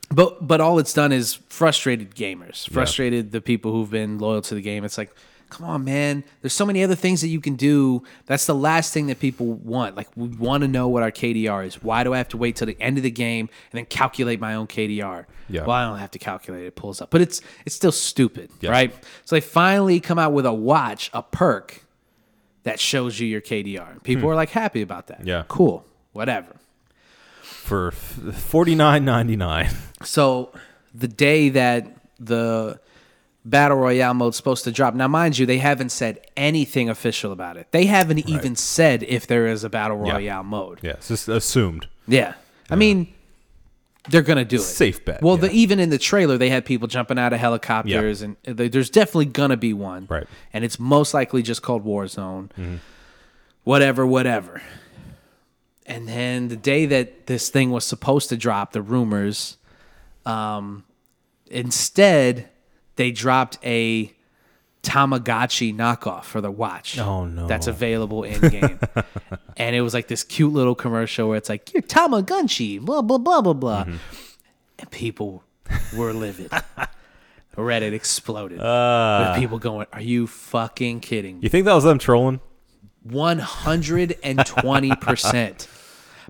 But but all it's done is frustrated gamers, frustrated the people who've been loyal to the game. It's like, come on, man. There's so many other things that you can do. That's the last thing that people want. Like we want to know what our KDR is. Why do I have to wait till the end of the game and then calculate my own KDR?
Yeah.
Well, I don't have to calculate it. It pulls up. But it's it's still stupid,
Yeah.
right? So they finally come out with a watch, a perk that shows you your KDR. People are like happy about that.
Hmm. Yeah.
Cool. Whatever.
for forty nine ninety nine.
So the day that the battle royale mode's supposed to drop. Now, mind you, they haven't said anything official about it. They haven't even said if there is a battle
Yeah.
royale mode. Yeah.
Yeah, it's just assumed.
I mean, they're gonna do it.
Safe bet,
Well,
yeah.
the, even in the trailer, they had people jumping out of helicopters, and they, there's definitely gonna be one.
Right. Mm-hmm.
And it's most likely just called Warzone. Whatever, whatever. And then the day that this thing was supposed to drop, the rumors, um, Instead, they dropped a Tamagotchi knockoff for the watch.
Oh, no.
That's available in game. and it was like this cute little commercial where it's like, You're Tamagotchi, blah, blah, blah, blah, blah. And people were livid. Reddit exploded. with people going, Are you fucking kidding me?
You think that was them trolling?
120%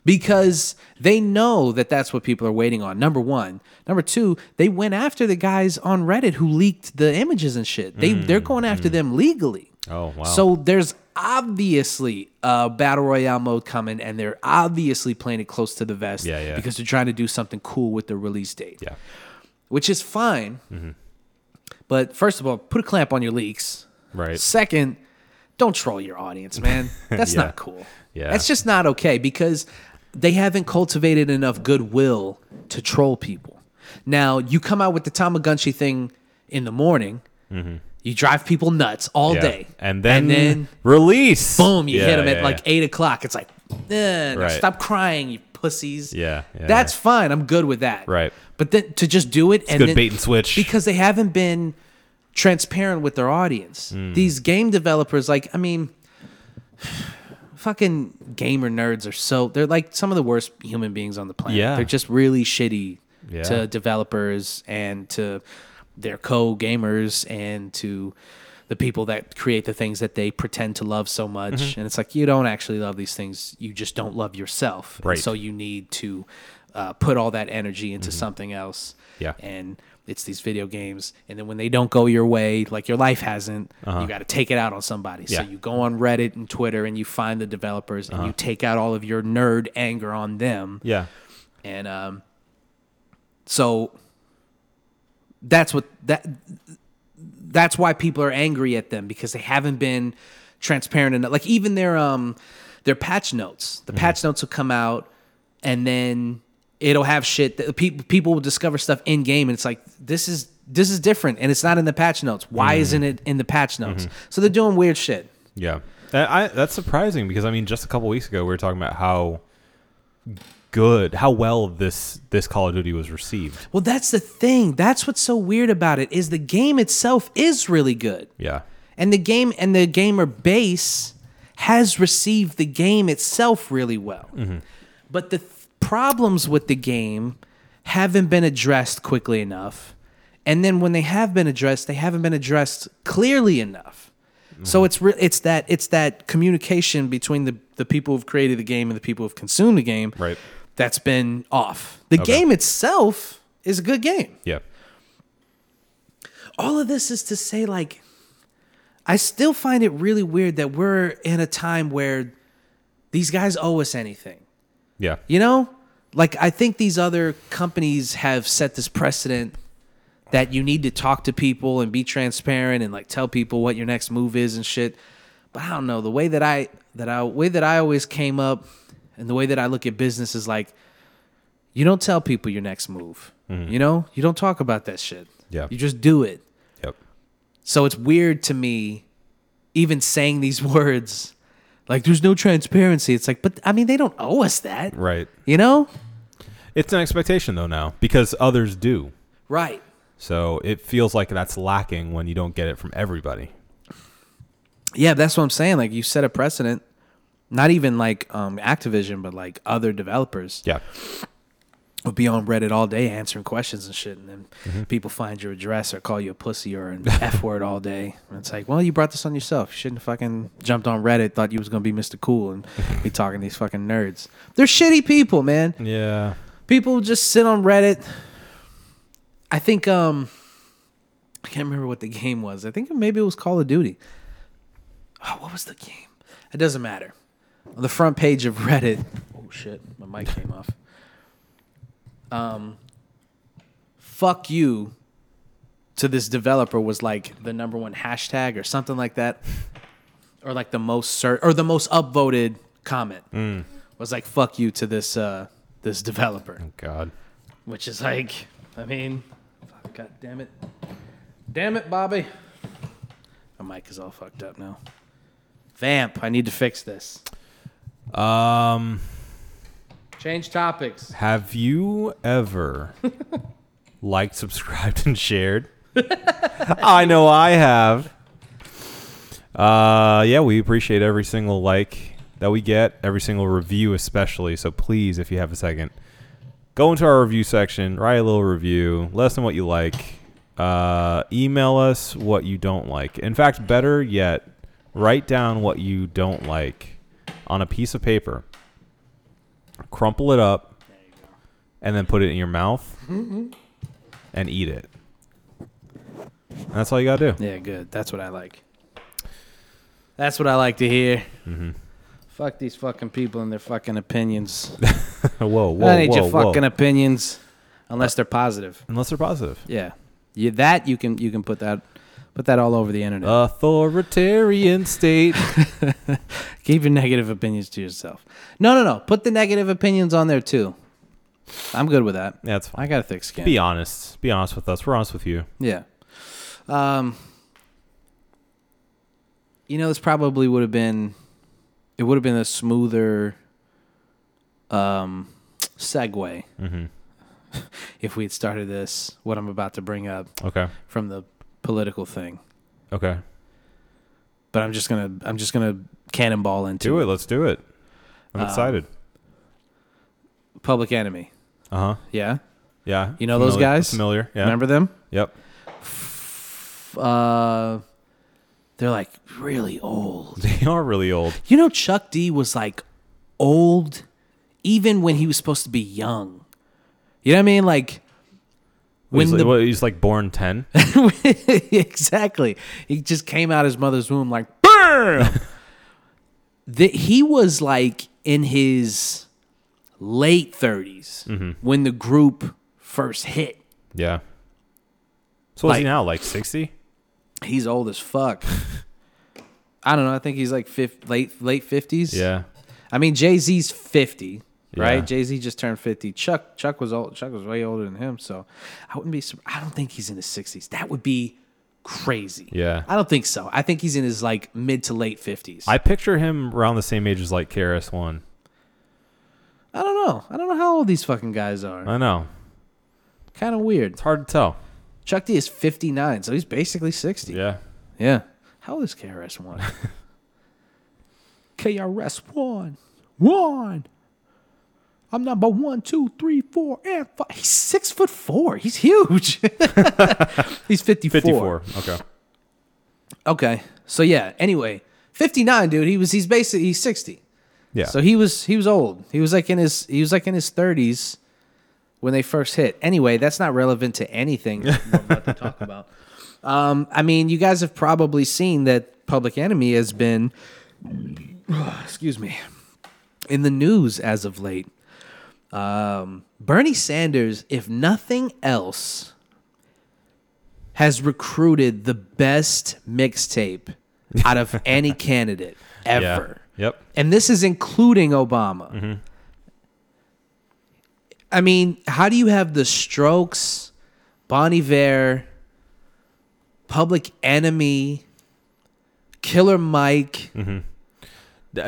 because they know that that's what people are waiting on number one number two they went after the guys on reddit who leaked the images and shit they, they're going after them legally
Hmm, Oh, wow.
so there's obviously a battle royale mode coming and they're obviously playing it close to the vest
Yeah, yeah.
because they're trying to do something cool with the release date
Yeah. Mm-hmm.
which is fine but first of all put a clamp on your leaks
Right.
Second, don't troll your audience, man. That's
Yeah.
not cool.
Yeah.
That's just not okay because they haven't cultivated enough goodwill to troll people. Now, you come out with the Tamagunchi thing in the morning, you drive people nuts all
Mm-hmm. Yeah.
day.
And then,
and then
release.
boom, you
Yeah,
hit them
yeah,
at like
yeah.
eight o'clock. It's like, eh, now
Right.
stop crying, you pussies.
Yeah, yeah,
That's fine. I'm good with that.
Right.
But then to just do it and
good
then-
bait and switch.
because they haven't been transparent with their audience.
Hmm.
These game developers, like, I mean, fucking gamer nerds are so they're like some of the worst human beings on the planet.
Yeah.
They're just really shitty
Yeah.
to developers and to their co gamers and to the people that create the things that they pretend to love so much.
Mm-hmm.
And it's like you don't actually love these things. You just don't love yourself. And
Right. Mm-hmm.
so you need to uh, put all that energy into something else.
Yeah.
And it's these video games. And then when they don't go your way, like your life hasn't, you got to take it out on somebody. So
Yeah.
you go on Reddit and Twitter and you find the developers and you take out all of your nerd anger on them.
yeah.
And um, so that's what that that's why people are angry at them because they haven't been transparent enough. Like even their um their patch notes, the patch notes will come out and then it'll have shit that people people will discover stuff in game and it's like this is this is different and it's not in the patch notes. Why isn't it in the patch notes? So they're doing weird shit.
Yeah, that, I, that's surprising because I mean, just a couple weeks ago, we were talking about how good, how well this this Call of Duty was received.
Well, that's the thing. That's what's so weird about it is the game itself is really good.
Yeah,
and the game and the gamer base has received the game itself really well
Mm-hmm.
but the th- problems with the game haven't been addressed quickly enough and then when they have been addressed they haven't been addressed clearly enough
Mm-hmm.
so it's re- it's that it's that communication between the the people who've created the game and the people who've consumed the game
Right.
that's been off the
Okay.
game itself is a good game
yeah,
all of this is to say like i still find it really weird that we're in a time where these guys owe us anything
yeah,
you know like i think these other companies have set this precedent that you need to talk to people and be transparent and like tell people what your next move is and shit but i don't know the way that i that i way that i always came up and the way that i look at business is like you don't tell people your next move you know you don't talk about that shit
Yeah.
you just do it
yep.
so it's weird to me, even saying these words, like there's no transparency. It's like, but I mean, they don't owe us that,
Right.
You know,
It's an expectation though now because others do.
right?
So it feels like that's lacking when you don't get it from everybody.
Yeah, that's what I'm saying. Like you set a precedent, not even like um, Activision, but like other developers
Yeah.
would be on Reddit all day answering questions and shit, and then people find your address or call you a pussy or an f word all day. And it's like, well, you brought this on yourself. You shouldn't have fucking jumped on Reddit, thought you was gonna be Mr. Cool and be talking to these fucking nerds. They're shitty people, man.
Yeah.
people just sit on Reddit. I think um I can't remember what the game was. I think maybe it was Call of Duty. Oh, what was the game? It doesn't matter. On the front page of Reddit. Oh shit, my mic came off. Um fuck you to this developer was like the number one hashtag or something like that. Or like the most ser- or the most upvoted comment. Was like fuck you to this uh this developer
God.
which is like, I mean, fuck, god damn it, damn it, Bobby. My mic is all fucked up now. Vamp, I need to fix this.
Um.
Change topics.
Have you ever liked, subscribed, and shared? I know I have. Uh, yeah, we appreciate every single like that we get, every single review, especially. So please, if you have a second, go into our review section, write a little review, let us know what you like. Uh, email us what you don't like. In fact, better yet, write down what you don't like on a piece of paper, crumple it up, and then put it in your mouth and eat it. And that's all you gotta do.
Yeah, good. That's what I like. That's what I like to hear.
Mm-hmm.
Fuck these fucking people and their fucking opinions.
whoa, whoa,
I don't need
whoa,
your fucking
whoa.
opinions, unless they're positive.
Unless they're positive.
Yeah, you, that you can you can put that put that all over the internet.
Authoritarian state.
Keep your negative opinions to yourself. No, no, no. Put the negative opinions on there too. I'm good with that.
That's fine.
I got a thick skin.
Be honest. Be honest with us. We're honest with you.
Yeah. Um. You know, this probably would have been, it would have been a smoother, um, segue
Mm-hmm.
if we had started this. What I'm about to bring up
Okay.
from the political thing,
Okay.
but I'm just gonna, I'm just gonna cannonball into
Do it. Let's do it.
Um,
I'm excited.
Public Enemy.
Uh huh.
Yeah.
Yeah.
You know those
Familiar-
guys?
Familiar. Yeah.
Remember them?
Yep.
uh, they're like really old.
They are really old.
You know, Chuck D was like old even when he was supposed to be young. You know what I mean? Like when
he's,
the
what, he's like born ten.
exactly, he just came out his mother's womb like bam. that he was like in his late 30s
Mm-hmm.
when the group first hit.
yeah. So what's he
Like-
now? Like sixty?
He's old as fuck. I don't know. I think he's like fif- late late 50s.
Yeah.
I mean, Jay Z's fifty, right?
Yeah.
Jay Z just turned fifty. Chuck Chuck was old. Chuck was way older than him, so I wouldn't be. sur- I don't think he's in his sixties. That would be crazy.
Yeah.
I don't think so. I think he's in his like mid to late fifties. I,
I picture him around the same age as like KRS One.
I don't know. I don't know how old these fucking guys are.
I know.
kind of weird.
It's hard to tell.
Chuck D is fifty nine, so he's basically sixty.
Yeah.
Yeah. How old is KRS One? KRS One. One. I'm number one, two, three, four, and five. He's six foot four. He's huge. He's 54.
Fifty four. Okay.
Okay. So yeah. Anyway, 59, dude. He was. He's basically. He's 60.
Yeah.
So he was. He was old. He was like in his. He was like in his 30s when they first hit. Anyway, that's not relevant to anything we're about to talk about. Um, I mean, you guys have probably seen that Public Enemy has been, excuse me, in the news as of late. Um, Bernie Sanders, if nothing else, has recruited the best mixtape out of any candidate
yeah.
ever
Yep.
and this is including Obama. I mean, how do you have the Strokes, Bon Iver, Public Enemy, Killer Mike?
D-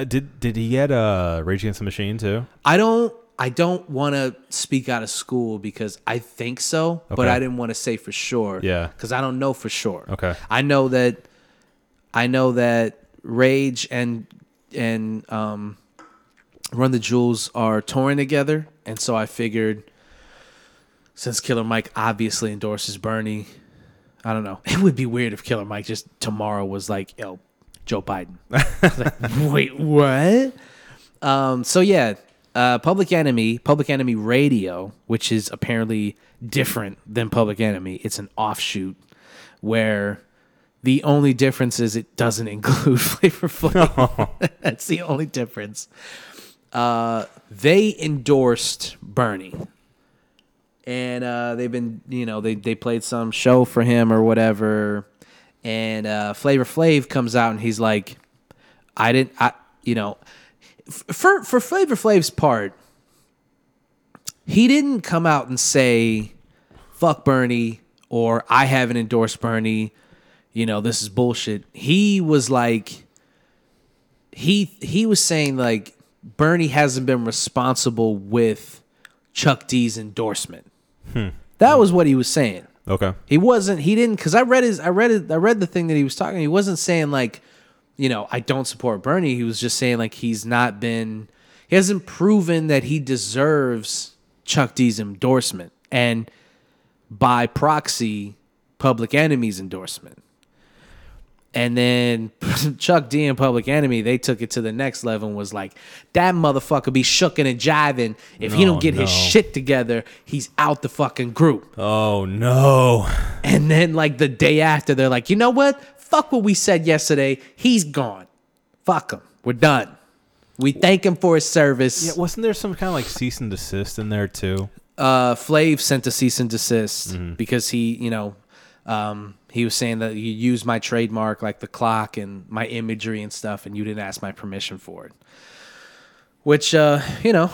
Did did he get uh, Rage Against the Machine too?
I don't. I don't want to speak out of school because I think so, but
Okay.
I didn't want to say for sure.
Yeah.
because I don't know for sure.
Okay.
I know that. I know that Rage and and um, Run the Jewels are touring together, and so I figured since Killer Mike obviously endorses Bernie, I don't know. It would be weird if Killer Mike just tomorrow was like, "Yo, Joe Biden." like, Wait, what? Um, so yeah, uh, Public Enemy, Public Enemy Radio, which is apparently different than Public Enemy. It's an offshoot where the only difference is it doesn't include Flavor Flav. That's the only difference. Uh, they endorsed Bernie, and uh, they've been, you know, they they played some show for him or whatever. And uh, Flavor Flav comes out and he's like, I didn't, I, you know, f- for for Flavor Flav's part, he didn't come out and say, "Fuck Bernie" or "I haven't endorsed Bernie." You know, this is bullshit. He was like, he he was saying like, Bernie hasn't been responsible with Chuck D's endorsement. That was what he was saying.
Okay.
He wasn't. He didn't. Because I read his. I read it. I read the thing that he was talking. He wasn't saying like, you know, I don't support Bernie. He was just saying like he's not been. He hasn't proven that he deserves Chuck D's endorsement, and by proxy, Public Enemy's endorsement. And then Chuck D and Public Enemy, they took it to the next level and was like, that motherfucker be shooking and jiving. If he
No,
don't get his
no.
shit together, he's out the fucking group.
Oh no.
And then like the day after, they're like, you know what? Fuck what we said yesterday. He's gone. Fuck him. We're done. We thank him for his service.
Yeah, wasn't there some kind of like cease and desist in there too?
uh, Flav sent a cease and desist because he, you know, um, he was saying that you use my trademark, like the clock and my imagery and stuff, and you didn't ask my permission for it. Which, uh, you know,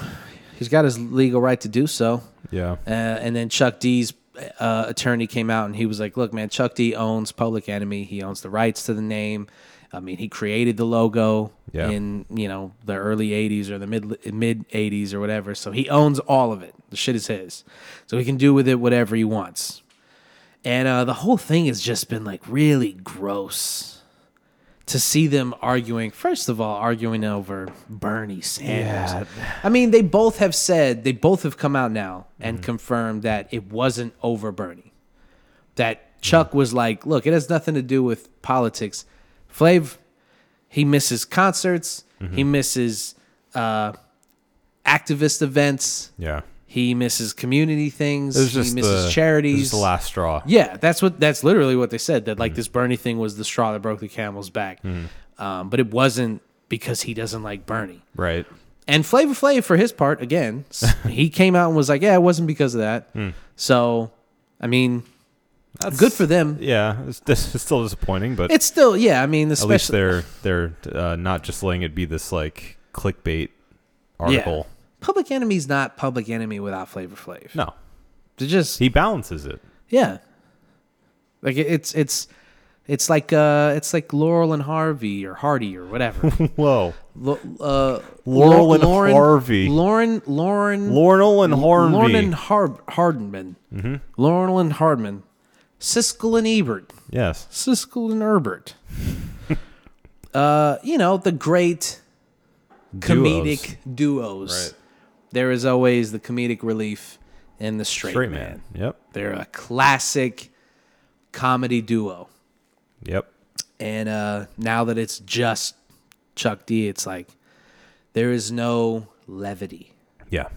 he's got his legal right to do so.
Yeah.
Uh, and then Chuck D's uh, attorney came out and he was like, "Look, man, Chuck D owns Public Enemy. He owns the rights to the name. I mean, he created the logo
Yeah.
in you know the early '80s or the mid mid '80s or whatever. So he owns all of it. The shit is his. So he can do with it whatever he wants. And uh, the whole thing has just been like really gross." To see them arguing, first of all, arguing over Bernie Sanders. I mean, they both have said, they both have come out now and confirmed that it wasn't over Bernie. That Chuck was like, look, it has nothing to do with politics. Flav, he misses concerts,
Mm-hmm.
he misses uh, activist events,
Yeah.
he misses community things,
It was
he
just
misses
the, It was
charities.
the last Mm-hmm. straw.
Yeah, that's what that's literally what they said. That like this Bernie thing was the straw that broke the camel's back,
Mm-hmm.
um, but it wasn't because he doesn't like Bernie.
Right.
And Flavor Flav, for his part, again, s- he came out and was like, "Yeah, it wasn't because of that."
Hmm.
So, I mean, good for them.
Yeah. It's, dis- it's still disappointing, but
It's still, yeah. I mean,
at least
especially
they're they're uh, not just letting it be this like clickbait article.
Yeah. Public Enemy's not Public Enemy without Flavor Flav.
No.
They're just
He balances it.
yeah. Like it- it's it's it's like uh it's like Laurel and Harvey or Hardy or whatever.
Whoa.
Lo- uh,
Laurel
Lo-
and Harvey.
Lauren Lauren
Lornel and Hornby.
Lauren and Har- Hardman.
Mm-hmm.
Laurel and Hardman. Siskel and Ebert.
yes.
Siskel and Herbert. uh, you know, the great comedic duos.
Right.
There is always the comedic relief and the straight,
Straight
man.
man. Yep.
They're a classic comedy duo.
Yep.
And uh, now that it's just Chuck D, it's like there is no levity.
Yeah.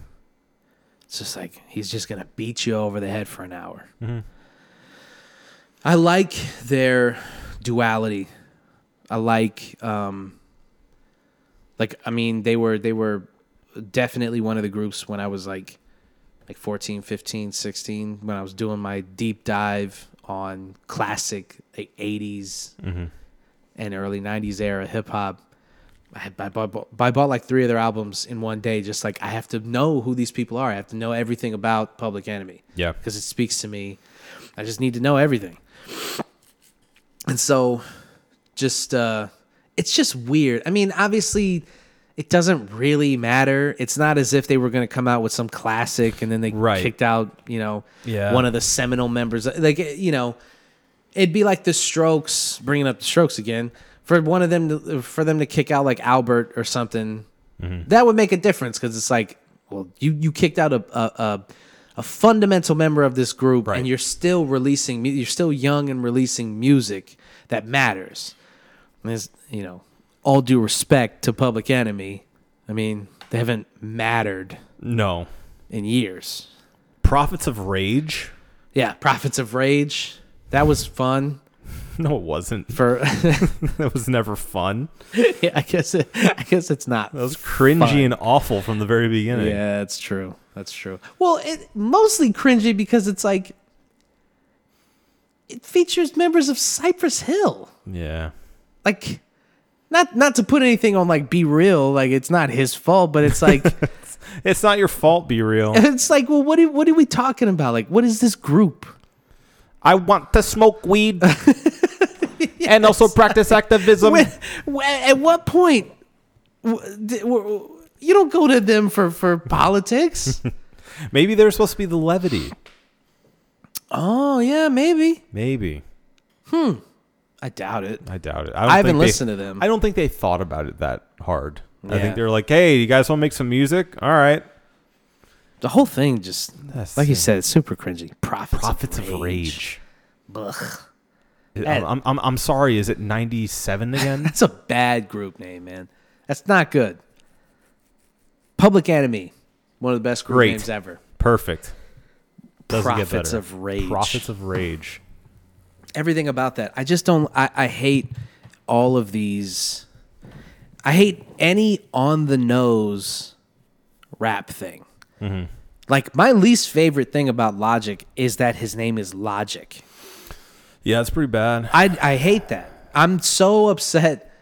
It's just like he's just gonna beat you over the head for an hour. I like their duality. I like, um, like I mean, they were they were definitely one of the groups when I was like, like 14, 15, 16, when I was doing my deep dive on classic like 80s and early 90s era hip hop. I, had- I, bought, I bought like three of their albums in one day. Just like I have to know who these people are. I have to know everything about Public Enemy.
Yeah.
because it speaks to me. I just need to know everything. And so, just uh, it's just weird. I mean, obviously, it doesn't really matter. It's not as if they were going to come out with some classic and then they
Right.
kicked out, you know,
Yeah.
one of the eh, seminal members. Like you know, it'd be like the Strokes, bringing up the Strokes again, for one of them to, for them to kick out like Albert or something,
Mm-hmm.
that would make a difference because it's like, well, you you kicked out a a, a, a fundamental member of this group,
Right.
and you're still releasing mu- you're still young and releasing music that matters. And it's, you know, all due respect to Public Enemy, I mean they haven't mattered
No.
in years.
Prophets of Rage?
Yeah, Prophets of Rage, that was fun
No, it wasn't.
for.
that was never fun.
yeah, I guess it, I guess it's not.
That was cringy and awful from the very beginning.
Yeah, that's true. That's true. Well, it mostly cringy because it's like it features members of Cypress Hill.
Yeah.
Like not not to put anything on like be real, like it's not his fault, but it's like
It's not your fault, be real.
it's like, well, what are, what are we talking about? Like, what is this group?
I want to smoke weed and also practice activism.
When, when- at what point w- d- w- you don't go to them for for politics?
Maybe they're supposed to be the levity.
oh yeah, maybe.
Maybe.
I doubt it.
I doubt it. I, don't
I haven't
think they-
listened to them.
I don't think they thought about it that hard. I
Yeah.
think they're like, hey, you guys want to make some music? All right.
The whole thing just
That's
like you
sick.
said, it's super cringy. Prophets,
Prophets
of
of Rage.
Blech.
I'm, I'm, I'm, I'm sorry. Is it 97 again?
That's a bad group name, man. That's not good. Public Enemy, one of the best group
Great.
names ever.
Perfect. Doesn't get
Prophets
better.
of Rage.
Prophets of Rage.
Everything about that, I just don't. I, I hate all of these. I hate any on the nose rap thing.
Mm-hmm.
Like my least favorite thing about Logic is that his name is Logic.
Yeah, it's pretty bad.
I I hate that. I'm so upset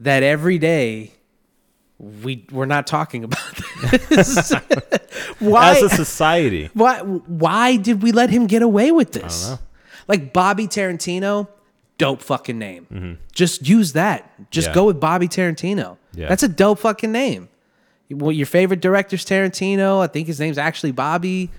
that every day we we're not talking about this. why
As a society.
why why did we let him get away with this? Like Bobby Tarantino, dope fucking name. Just use that. Just
Mm-hmm. Yeah.
go with Bobby Tarantino.
Yeah.
That's a dope fucking name. Well, your favorite director's Tarantino. I think his name's actually Bobby.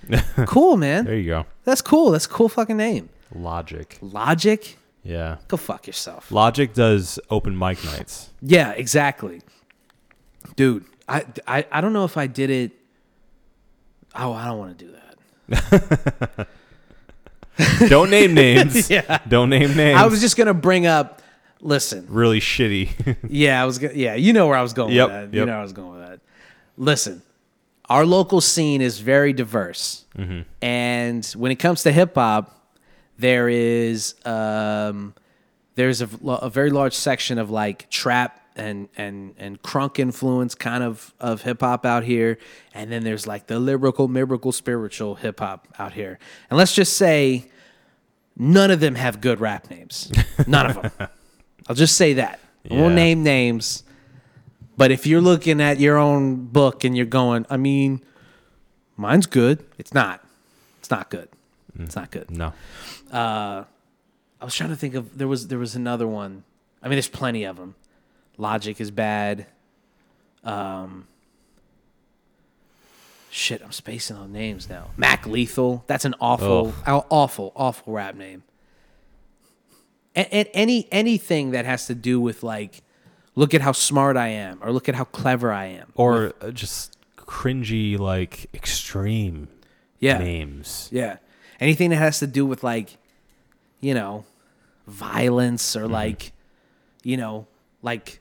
cool,
There
man.
you go.
That's cool. That's a cool fucking name.
Logic.
Logic,
Yeah.
go fuck yourself.
Logic does open mic nights.
Yeah, exactly. Dude, I, I, I don't know if I did it. Oh, I don't want to do that.
Don't name names. yeah. Don't name names.
I was just gonna bring up. Listen,
really shitty.
yeah, I was. Gonna, yeah, you know where I was going
Yep,
with that. You
yep.
know where I was going with that. Listen, our local scene is very diverse,
Mm-hmm.
and when it comes to hip hop, there is um, there's a, a very large section of like trap and and and crunk influence kind of of hip hop out here, and then there's like the lyrical, miracle, spiritual hip hop out here. And let's just say, none of them have good rap names. None of them. I'll just say that. I won't
Yeah.
name names, but if you're looking at your own book and you're going, I mean, mine's good. It's not. It's not good. It's not good.
no.
I was trying to think of there was there was another one. I mean, there's plenty of them. Logic is bad. Um, shit, I'm spacing on names now. Mac Lethal. That's an awful, aw- awful, awful rap name. And, and any anything that has to do with like, look at how smart I am, or look at how clever I am.
Or uh, just cringy, like extreme
Yeah.
names.
Yeah. Anything that has to do with like, you know, violence or like, you know, like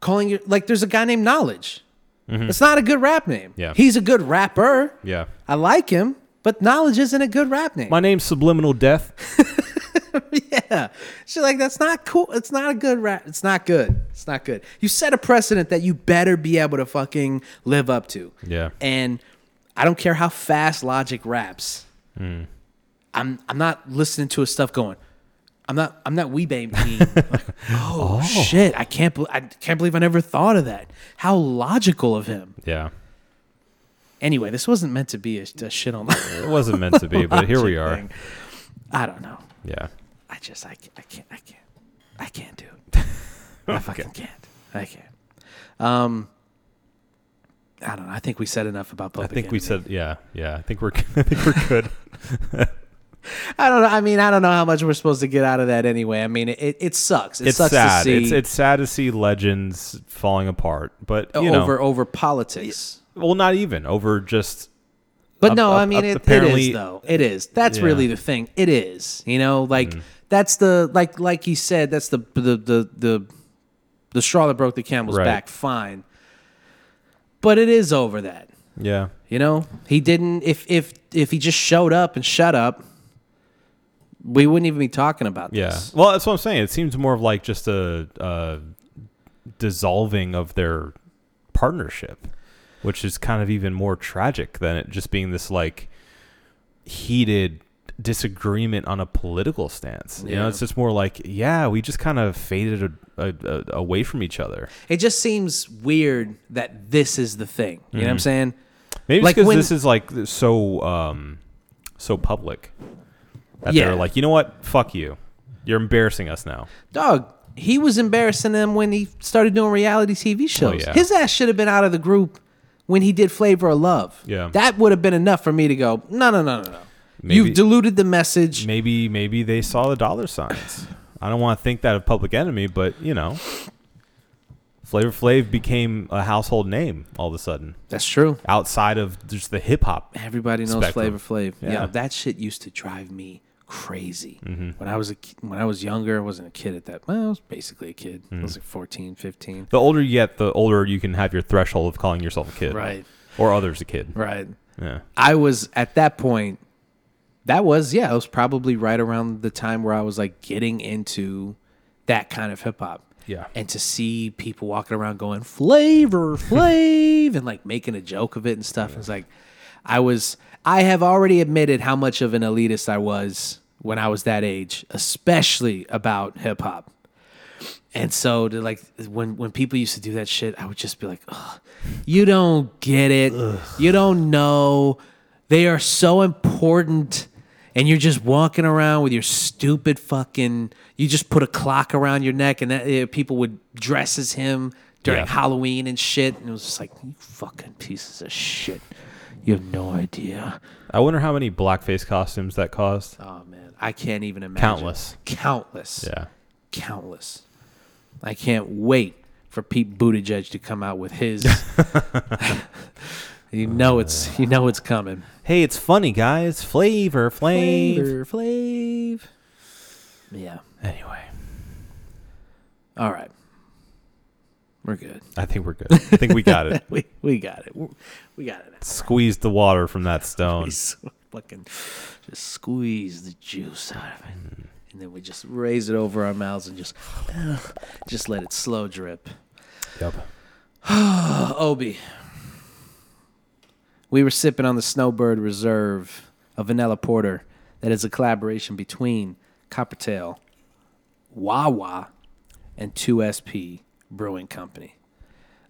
calling your like there's a guy named Knowledge. It's not a good rap name.
Yeah.
He's a good rapper.
Yeah.
I like him, but Knowledge isn't a good rap name.
My name's Subliminal Death.
yeah. She's like, that's not cool. It's not a good rap. It's not good. It's not good. You set a precedent that you better be able to fucking live up to.
Yeah.
And I don't care how fast Logic raps.
Mm.
I'm I'm not listening to his stuff going. I'm not I'm not wee baby. like, oh, shit! I can't bel I can't believe I never thought of that. How logical of him.
Yeah.
Anyway, this wasn't meant to be a, a shit on.
It wasn't meant to be, but here we are.
thing. I don't know.
Yeah.
I just I, I can't I can't I can't do it. I fucking can't. I can't. Um, I don't know. I think we said enough about
I
public.
think
Enemy.
we said yeah, yeah. I think we're I think we're good.
I don't know. I mean, I don't know how much we're supposed to get out of that anyway. I mean, it, it sucks. It
It's
sucks to
sad.
see
It's it's sad to see legends falling apart, but you know,
Uh, over over politics.
well, not even over just
But
Up-
no,
up-
I mean
up-
it, it
apparently-
is though. It is. That's really the thing. It is. You know, like
Mm-hmm.
that's the like like he said. That's the the the the, the straw that broke the camel's
Right.
back. Fine, but it is over that.
yeah.
You know, he didn't. If if if he just showed up and shut up, we wouldn't even be talking about
Yeah.
this.
Well, that's what I'm saying. It seems more of like just a, a dissolving of their partnership, which is kind of even more tragic than it just being this like heated disagreement on a political stance. You know,
Yeah.
it's just more like, yeah, we just kind of faded a, a, a, away from each other.
It just seems weird that this is the thing. You
Mm-hmm.
know what I'm saying?
Maybe
Like
because
when-
this is like so um so public that
Yeah.
they're like, you know what, fuck you, you're embarrassing us now.
Dog, he was embarrassing them when he started doing reality TV shows.
Oh, yeah.
His ass should have been out of the group when he did Flavor of Love.
Yeah.
That would have been enough for me to go, no, no, no, no, no.
Maybe-
You've diluted the message.
Maybe maybe they saw the dollar signs. I don't want to think that of Public Enemy, but you know, Flavor Flav became a household name all of a sudden
That's true.
outside of just the hip hop.
Everybody knows Flavor
Spectrum.
Flav. Yeah.
Yeah.
that shit used to drive me crazy. When I was a ki- when I was younger, I wasn't a kid at that. Well, I was basically a kid. I was like 14, 15.
The older you get, the older you can have your threshold of calling yourself a kid,
Right.
Or others a kid.
Right.
Yeah.
I was at that point. That was yeah. It was probably right around the time where I was like getting into that kind of hip hop.
Yeah.
And to see people walking around going flavor, flav, and like making a joke of it and stuff. It's like I was. I have already admitted how much of an elitist I was when I was that age, especially about hip hop. And so to like when when people used to do that shit, I would just be like, Ugh, "You don't get it. You don't know. They are so important." And you're just walking around with your stupid fucking. You just put a clock around your neck, and that, eh, people would dress as him during
Yeah.
Halloween and shit. And it was just like, you fucking pieces of shit. You have no idea.
I wonder how many blackface costumes that caused.
Oh man, I can't even imagine.
Countless.
countless
Yeah.
countless. I can't wait for Pete Buttigieg to come out with his. you know it's you know it's coming.
Hey, it's funny, guys. Flavor, Flav.
Flav. Yeah.
Anyway,
All right. We're good.
I think we're good. I think we got it.
We we got it. We're- We got it.
Squeezed the water from that stone.
He's fucking just squeeze the juice out of it, and then we just raise it over our mouths and just just let it slow drip.
Yep.
Uh, Obi, we were sipping on the Snowbird Reserve, a vanilla porter that is a collaboration between Coppertail, Wawa, and 2SP Brewing Company.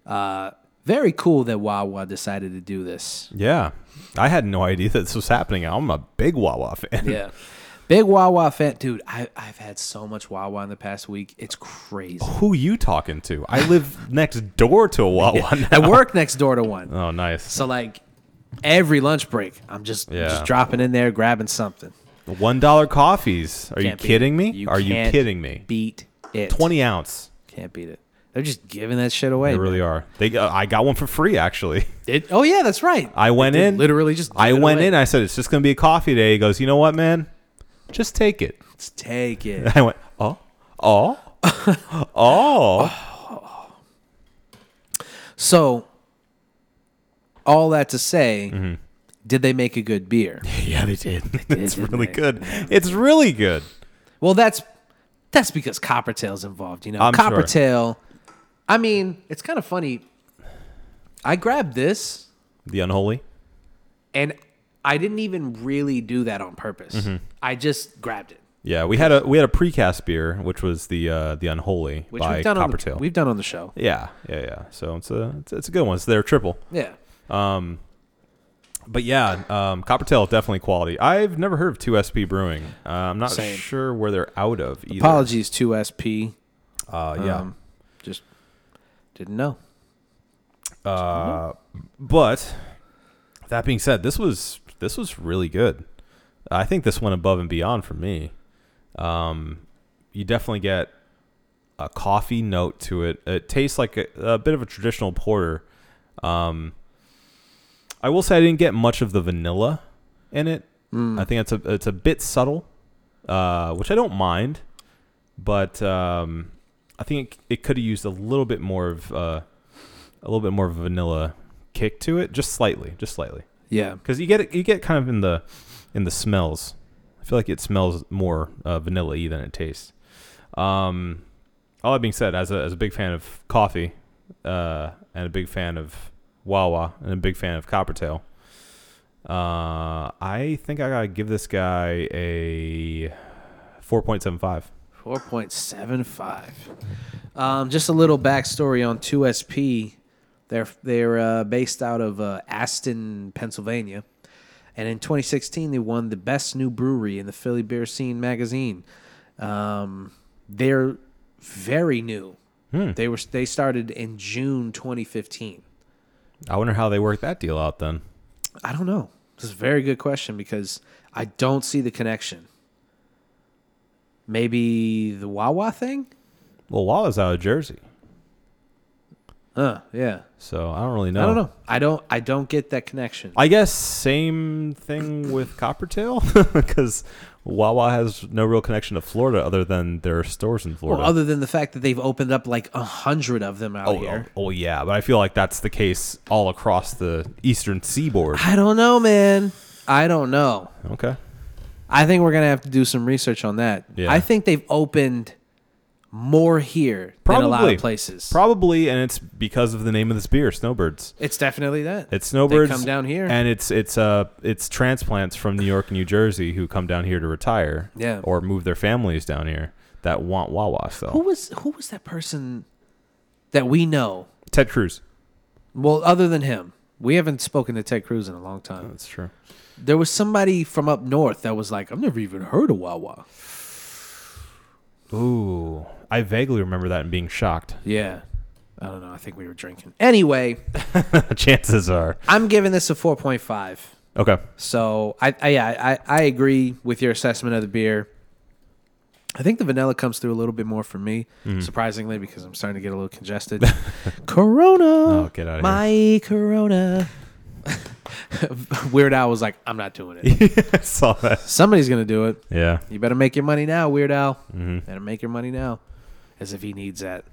Uh, very cool that Wawa decided to do this.
Yeah. I had no idea that this was happening. I'm a big Wawa fan.
Yeah. Big Wawa fan. Dude, I, I've had so much Wawa in the past week. It's crazy.
Who you talking to? I live next door to a Wawa
I
now.
work next door to one.
Oh, nice.
So, like, every lunch break, I'm just,
Yeah.
just dropping in there, grabbing something.
One dollar coffees. Are you
Can't beat
kidding
it.
me? Are you
can't
kidding me?
Beat it.
Twenty ounce.
Can't beat it. They're just giving that shit away.
They really are. They. Uh, I got one for free actually.
It- oh yeah, that's right.
I went
They
in.
Literally just.
I
give it
went
away.
in. I said it's just gonna be a coffee day. He goes, you know what, man? Just take it.
Let's take it.
I went, oh, oh, oh.
So, all that to say,
Mm-hmm.
did they make a good beer?
yeah, they did. it's
didn't
really
they?
good. It's really good.
Well, that's that's because Coppertail's involved. You know,
I'm sure.
Coppertail. I mean, it's kind of funny. I grabbed this
The unholy.
and I didn't even really do that on purpose.
Mm-hmm.
I just grabbed it.
Yeah, we had a we had a precast beer, which was the uh, the unholy
Which
by
we've done on the,
Coppertail.
we've done on the show.
yeah, yeah, yeah. So it's a it's, it's a good one. It's their triple,
Yeah.
but yeah, um, Coppertail definitely quality. I've never heard of Two SP Brewing. Uh, I'm not
Same.
sure where they're out of. Either.
Apologies to SP.
Uh, yeah,
Um, just didn't know.
Uh, but that being said, this was this was really good. I think this went above and beyond for me. Um, you definitely get a coffee note to it. It tastes like a, a bit of a traditional porter. Um, I will say I didn't get much of the vanilla in it. I think it's a it's a bit subtle, uh, which I don't mind, but um, I think it, it could have used a little bit more of uh, a little bit more of a vanilla kick to it, just slightly, just slightly
Yeah.
because you get it, you get kind of in the in the smells. I feel like it smells more uh, vanilla y than it tastes. Um, all that being said, as a as a big fan of coffee, uh, and a big fan of Wawa, and a big fan of Coppertail, uh, I think I gotta give this guy a four point seven five.
4.75. Um, just a little backstory on 2SP. They're, they're uh, based out of uh, Aston, Pennsylvania. And in 2016, they won the Best New Brewery in the Philly Beer Scene magazine. Um, they're very new. They were they started in June 2015.
I wonder how they worked that deal out then.
I don't know. This is a very good question because I don't see the connection. Maybe the Wawa thing?
Well, Wawa's out of Jersey,
Huh, yeah.
so I don't really know.
I don't know. I don't. I don't get that connection.
I guess same thing with Coppertail because Wawa has no real connection to Florida other than their stores in Florida.
well, other than the fact that they've opened up like a hundred of them out
oh, oh,
here.
oh, yeah, but I feel like that's the case all across the eastern seaboard.
I don't know, man. I don't know.
Okay,
I think we're gonna have to do some research on that.
Yeah.
I think they've opened more here
probably
than a lot of places.
Probably, and it's because of the name of this beer, Snowbirds.
it's definitely that.
It's snowbirds
They come down here.
and it's it's uh it's transplants from New York and New Jersey who come down here to retire,
Yeah.
or move their families down here that want Wawa.
who
So
was who was that person that we know?
Ted Cruz,
Well, other than him, we haven't spoken to Ted Cruz in a long time.
that's true.
There was somebody from up north that was like, "I've never even heard of Wawa."
Ooh, I vaguely remember that and being shocked.
Yeah. I don't know. I think we were drinking. Anyway,
Chances are.
I'm giving this a 4.5.
Okay.
So I, I, yeah, I, I agree with your assessment of the beer. I think the vanilla comes through a little bit more for me,
Mm.
surprisingly, because I'm starting to get a little congested. corona.
Oh, get outta here.
My Corona. Weird Al was like, I'm not doing it.
Saw that.
Somebody's going to do it.
Yeah.
You better make your money now, Weird Al.
Mm-hmm.
Better make your money now, as if he needs that.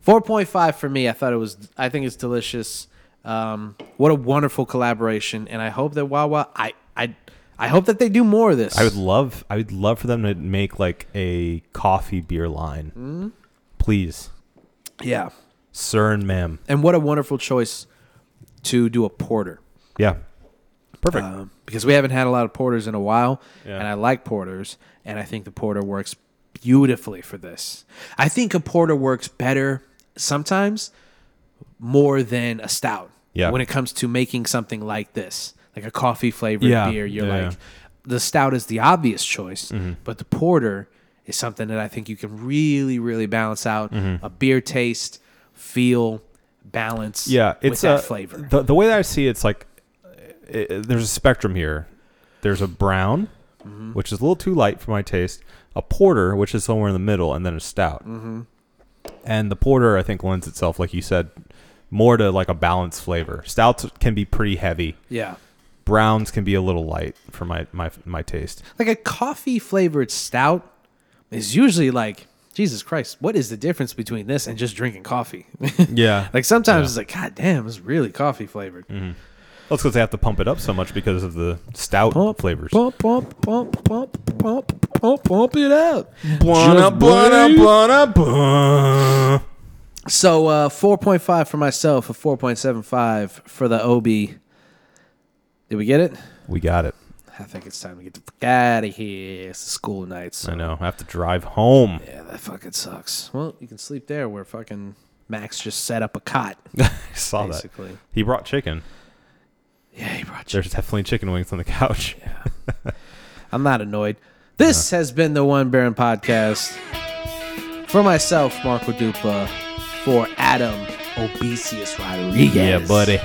Four point five for me. I thought it was. I think it's delicious. Um, what a wonderful collaboration, and I hope that Wawa. I I I hope that they do more of this.
I would love I would love for them to make like a coffee beer line. Please.
yeah,
Sir and ma'am.
and what a wonderful choice to do a porter.
Yeah. Perfect.
Um, because we haven't had a lot of porters in a while,
Yeah.
and I like porters, and I think the porter works beautifully for this. I think a porter works better sometimes more than a stout.
Yeah.
When it comes to making something like this, like a coffee flavored
Yeah,
beer, you're
yeah, Mm-hmm.
like,
yeah.
the stout is the obvious choice, but the porter is something that I think you can really, really balance out
Mm-hmm.
a beer taste, feel, balance.
yeah, it's
with that
uh,
flavor.
The, the way that I see it, it's like it, it- there's a spectrum here. There's a brown,
Mm-hmm.
which is a little too light for my taste. A porter, which is somewhere in the middle, and then a stout.
Mm-hmm.
And the porter, I think, lends itself, like you said, more to like a balanced flavor. Stouts can be pretty heavy.
yeah.
Browns can be a little light for my my my taste.
like a coffee flavored stout is usually like jesus christ what is the difference between this and just drinking coffee
Yeah, Mm-hmm.
like sometimes it's like god damn it's really coffee flavored
that's because they have to pump it up so much because of the stout
pump
flavors.
pump pump pump pump pump pump pump it out
Bwana,
Just
bwana,
breathe.
bwana, bwana.
so uh 4.5 for myself a 4.75 for the ob did we get it
We got it.
i think it's time to get the fuck out of here it's the school night so
I know. I have to drive home.
yeah that fucking sucks well you can sleep there where fucking max just set up a cot
I saw
basically
that. He brought chicken.
yeah he brought you
There's definitely chicken wings on the couch.
I'm not annoyed. This
Uh-huh.
has been the One Baron podcast. For myself, Marco Dupa. For Adam Obesius Rodriguez.
Yeah, buddy.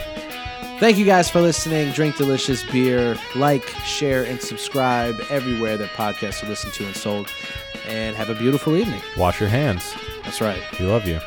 Thank you guys for listening. Drink delicious beer. Like, share, and subscribe everywhere that podcasts are listened to and sold. And have a beautiful evening.
Wash your hands.
That's right.
We love you.